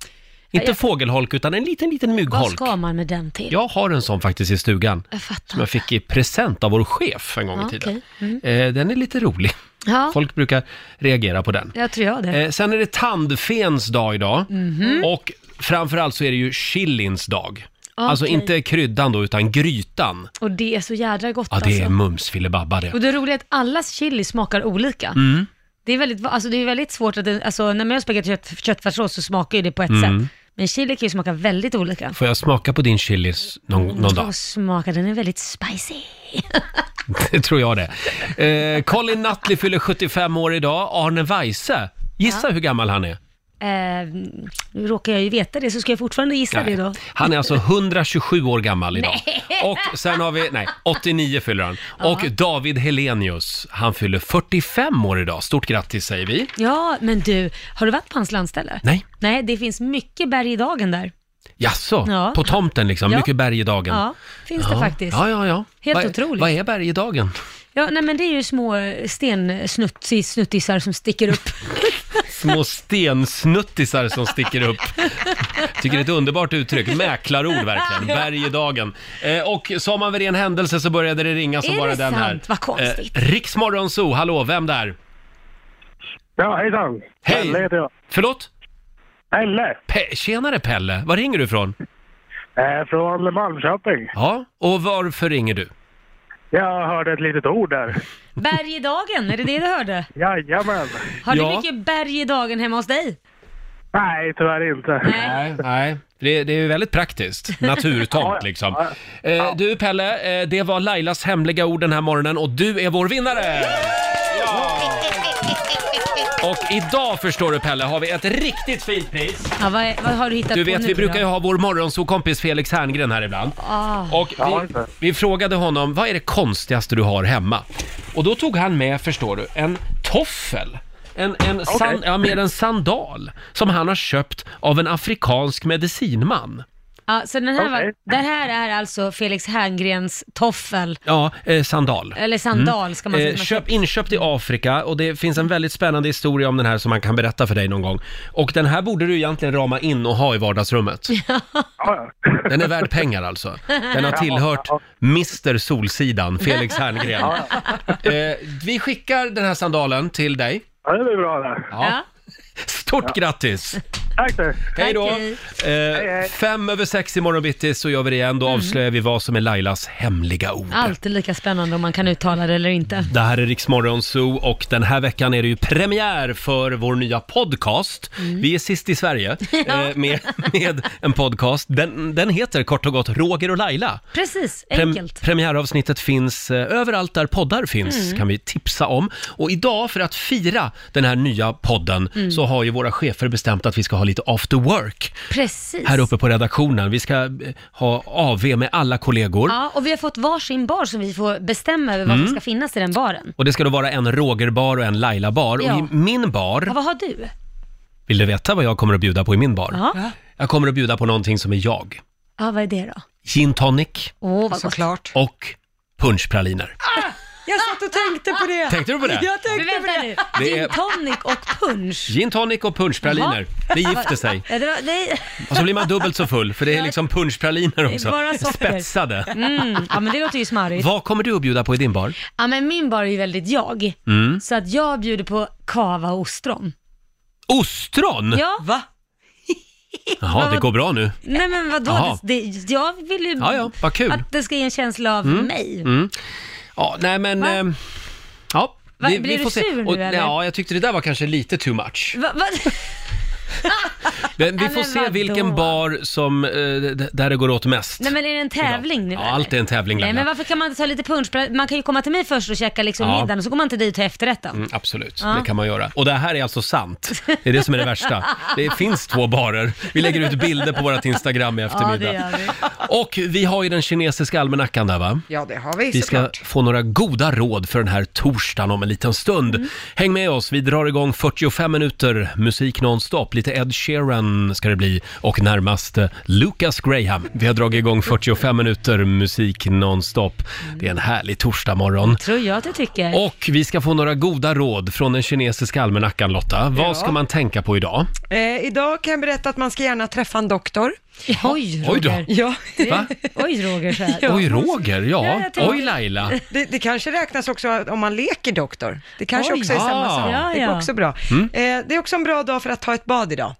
Inte
Mm. jag-
fågelholk, utan en liten, liten
Vad
myggholk.
ska man med den till?
Jag har en sån faktiskt i stugan.
Jag fattar
Som jag fick i present av vår chef en gång i
Ja,
tiden.
okej. Mm.
Eh, den är lite rolig.
Ja,
Folk brukar reagera på den.
jag tror jag det.
Eh, sen är det tandfens dag idag.
Mhm.
Och framförallt så är det ju chilins dag. Alltså
Okej.
inte kryddan då, utan grytan.
Och det är så jädra gott
Ja, det är
alltså.
mumsfilibabba det.
Och det roliga är att allas chili smakar olika.
Mm.
Det är väldigt, alltså det är väldigt svårt att, det- alltså när man gör spagetti och kött, köttfärssås så smakar ju det på ett
Mm.
sätt. Men chili kan ju smaka väldigt olika.
Får jag smaka på din chilis någon, någon dag?
Och smakar, den är väldigt spicy.
Det tror jag det. Eh, Colin Nutley fyller 75 år idag. Arne Weise, gissa hur gammal han är?
Eh, nu råkar jag ju veta det, så ska jag fortfarande gissa det då?
Han är alltså 127 år gammal idag. Och sen har vi, nej, 89 fyller han. Och David Helenius, han fyller 45 år idag. Stort grattis säger vi.
Ja, men du, har du varit på hans landställe?
Nej.
Nej, det finns mycket berg i dagen där.
Jaså,
Ja.
på tomten liksom,
Ja.
mycket berg i dagen.
Ja, finns det faktiskt.
Ja, ja, ja.
Helt
vad,
otroligt.
Vad är berg i dagen?
Ja, nej men det är ju små stensnuttisar som sticker upp.
Små stensnuttisar som sticker upp. Tycker det är ett underbart uttryck. Mäklarord verkligen. Berg i dagen. Eh, och som av en ren händelse så började det ringa som
Är
bara
det
den
sant?
här.
Vad konstigt.
Eh, Riksmorgon Zoo, hallå, vem där?
Ja, hejsan.
Hej.
Pelle heter jag.
Förlåt?
Pelle,
Pe- Tjenare Pelle, var ringer du ifrån?
eh, från Malmköping.
Ja, och varför ringer du?
Jag hörde ett litet ord där.
Berg i dagen, är det det du hörde?
Jajamän.
Har du mycket berg i dagen hemma hos dig?
Nej, tyvärr inte.
Nej, nej. Det, det är ju väldigt praktiskt. Naturtomt liksom. Eh, du Pelle, eh, det var Lailas hemliga ord den här morgonen och du är vår vinnare! Och idag förstår du Pelle, har vi ett riktigt fint pris.
Ja, vad, är- vad har du hittat
Du
på
vet,
nu
vi
då?
brukar ju ha vår morgonsokompis Felix Herngren här ibland.
Ah.
Och vi, vi frågade honom, vad är det konstigaste du har hemma? Och då tog han med, förstår du, en toffel. En, en, san, ja, mer en sandal som han har köpt av en afrikansk medicinman.
Ja, så den här, var,
Okej.
den här är alltså Felix Herngrens toffel.
Ja, eh, sandal.
Eller sandal, ska man säga.
Eh, köp, inköpt i Afrika och det finns en väldigt spännande historia om den här som man kan berätta för dig någon gång. Och den här borde du egentligen rama in och ha i vardagsrummet. Den är värd pengar alltså. Den har
Ja,
tillhört Mr Solsidan, Felix Herngren.
Ja,
Eh, vi skickar den här sandalen till dig.
Ja, det blir bra det.
Ja. Stort grattis!
Tack du.
Hej då! Eh, fem över sex imorgon bitti så gör vi det igen. Då avslöjar vi vad som är Lailas hemliga ord.
Alltid lika spännande om man kan uttala det eller inte.
Det här är Riksmorgon Zoo och den här veckan är det ju premiär för vår nya podcast. Vi är sist i Sverige eh, med, med en podcast. Den, den heter kort och gott Roger och Laila.
Precis,
Prem-
enkelt.
Premiäravsnittet finns eh, överallt där poddar finns,
Mm.
kan vi tipsa om. Och idag, för att fira den här nya podden,
Mm.
så har ju våra chefer bestämt att vi ska ha lite after work
Precis.
här uppe på redaktionen. Vi ska eh, ha AV med alla kollegor.
Ja, och vi har fått varsin bar som vi får bestämma över vad
Mm.
som ska finnas i den baren.
Och det ska då vara en Roger-bar och en Laila-bar. Och
Ja.
i min bar...
Ja, vad har du?
Vill du veta vad jag kommer att bjuda på i min bar?
Ja.
Jag kommer att bjuda på någonting som är jag.
Ja, vad är det då?
Gin tonic
Åh, vad gott.
Såklart.
och punschpraliner.
Jag satt och tänkte på det.
Tänkte du på det?
Jag tänkte
Men vänta nu,
Det är-
gin tonic och punch.
Gin tonic och punschpraliner.
Jaha.
Det gifter sig.
Ja, det var, det...
Och så blir man dubbelt så full, för det är liksom punschpraliner
Det är
också.
bara socker.
Spetsade.
Mm. Ja, men det låter ju smarrigt.
Vad kommer du att bjuda på i din bar?
Ja, men min bar är ju väldigt jag.
Mm.
Så att jag bjuder på kava och ostron.
Ostron?
Ja. Va?
Jaha, det går bra nu.
Nej men vadå?
Jaha.
Det, det, jag vill ju
Ja, ja, vad kul.
att det ska ge en känsla av
Mm.
mig.
Mm. Ja, nej men... ehm, ja,
Va, blir du sur nu,
Och,
eller?
Ja, jag tyckte det där var kanske lite too much.
Va, va?
Men vi
Ja,
får
men
se
vadå?
vilken bar som, eh, d- där det går åt mest.
Nej men är det en tävling nu
Ja,
eller?
allt är en tävling
Nej
Laila.
men varför kan man inte ta lite punch? Man kan ju komma till mig först och käka liksom
Ja.
middagen och så går man till dig och tar efterrätten.
Mm, absolut,
Ja.
det kan man göra. Och det här är alltså sant. Det är det som är det värsta. Det finns två barer. Vi lägger ut bilder på vårt Instagram i eftermiddag.
Ja, det gör vi.
Och vi har ju den kinesiska almanackan där va?
Ja, det har vi,
Vi ska
såklart.
få några goda råd för den här torsdagen om en liten stund.
Mm.
Häng med oss, vi drar igång 45 minuter musik nonstop. Lite Ed Sheeran ska det bli och närmast eh, Lucas Graham. Vi har dragit igång 45 minuter musik nonstop. Det är en härlig torsdagmorgon.
Tror jag att du tycker.
Och vi ska få några goda råd från den kinesiska almanackan Lotta.
Ja.
Vad ska man tänka på idag?
Eh, idag kan jag berätta att man ska gärna träffa en doktor.
Oj,
Oj då. Roger.
Ja.
Va?
Oj, Roger. Så här.
Oj, Roger, ja.
Ja, jag tänkte- Mm,
Oj, Laila.
Det, det kanske räknas också att- om man leker doktor. Det kanske
Oj.
också är samma
Ah.
sak.
Ja,
Det går
ja.
också bra.
Mm.
Eh, det är också en bra dag för att ta ett bad idag.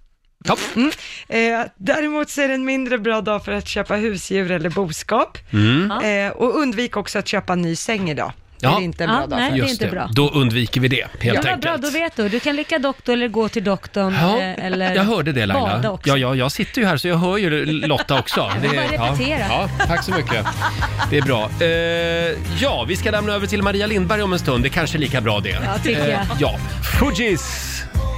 Mm.
Eh, däremot så är det en mindre bra dag för att köpa husdjur eller boskap.
Mm.
Eh, och undvik också att köpa en ny säng idag. Det är inte en bra dag för
Just Då undviker vi det, helt
ja,
enkelt.
bra, då vet du. Du kan leka doktor eller gå till doktorn.
Ja,
eh, eller
jag hörde det
bada
Laila.
också.
Ja, ja, jag sitter ju här så jag hör ju Lotta också.
Jag vill bara
ja,
repetera.
ja, tack så mycket. Det är bra. Eh, ja, vi ska lämna över till Maria Lindberg om en stund. Det är kanske är lika bra det. Eh,
Ja, tycker jag.
ja. Fugees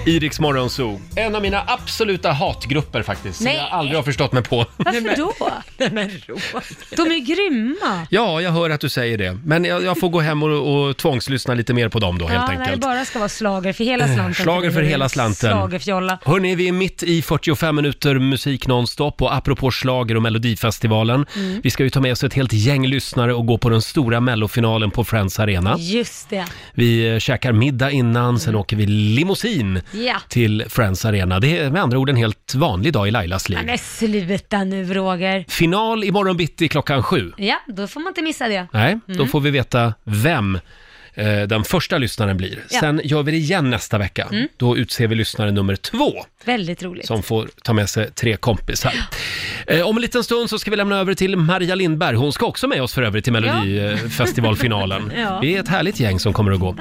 i Rix Morgon Zoo. En av mina absoluta hatgrupper faktiskt, som
Nej.
jag aldrig har förstått mig på.
Varför då?
Nej, men Roger.
De är ju grymma.
Ja, jag hör att du säger det. Men jag, jag får gå hem och, och tvångslyssna lite mer på dem då helt
ja, när det
enkelt.
bara ska vara slager för hela slanten.
Schlager för hela slanten.
Slagerfjolla.
Hörni, vi är mitt i 45 minuter musik nonstop och apropå slager och Melodifestivalen.
Mm.
Vi ska ju ta med oss ett helt gäng lyssnare och gå på den stora mellofinalen på Friends Arena.
Just det.
Vi eh, käkar middag innan, sen åker vi limousin
Mm. Ja.
till Friends Arena. Det är med andra ord en helt vanlig dag i Lailas liv.
Nej, Men sluta nu Roger.
Final imorgon bitti klockan sju.
Ja, då får man inte missa det.
Nej, då
Mm.
får vi veta vem eh, den första lyssnaren blir.
Ja.
Sen gör vi det igen nästa vecka.
Mm.
Då utser vi lyssnare nummer två
Väldigt roligt.
som får ta med sig tre kompisar. Eh, om en liten stund så ska vi lämna över till Maria Lindberg. Hon ska också med oss för övrigt till Melodifestivalfinalen.
Ja.
Vi är ett härligt gäng som kommer att gå.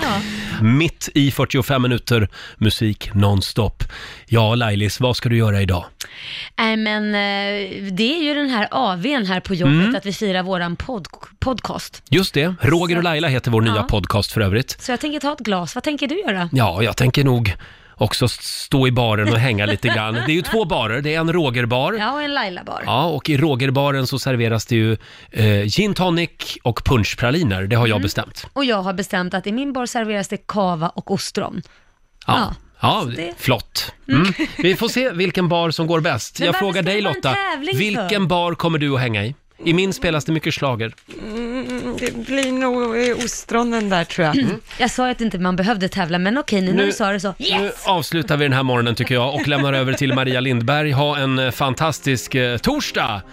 Mitt i 45 minuter musik nonstop. Ja, Lailis, vad ska du göra idag?
Nej men eh, det är ju den här AWn här på jobbet,
Mm.
att vi firar våran pod- podcast.
Just det, Roger och Laila heter vår nya podcast för övrigt.
Så jag tänker ta ett glas, vad tänker du göra?
Ja, jag tänker nog också stå i baren och hänga lite grann. Det är ju två barer, det är en Rogerbar.
Ja, och en Laila-bar.
Ja, och i Rogerbaren så serveras det ju eh, gin tonic och punschpraliner. Det
Mm.
har jag bestämt.
Och jag har bestämt att i min bar serveras det kava och ostron.
Ja, ja.
så det-
flott. Mm. Vi får se vilken bar som går bäst.
Men
jag
varför
frågar
ska
dig
det vara en
Lotta,
tävling för?
vilken bar kommer du att hänga i? I min spelas det mycket schlager.
Mm, det blir nog eh, ostronen där tror jag.
Jag sa ju att inte man behövde tävla, men okej, nu, när
Nu-
du sa det så,
Nu
yes!
avslutar vi den här morgonen tycker jag och lämnar över till Maria Lindberg. Ha en eh, fantastisk eh, torsdag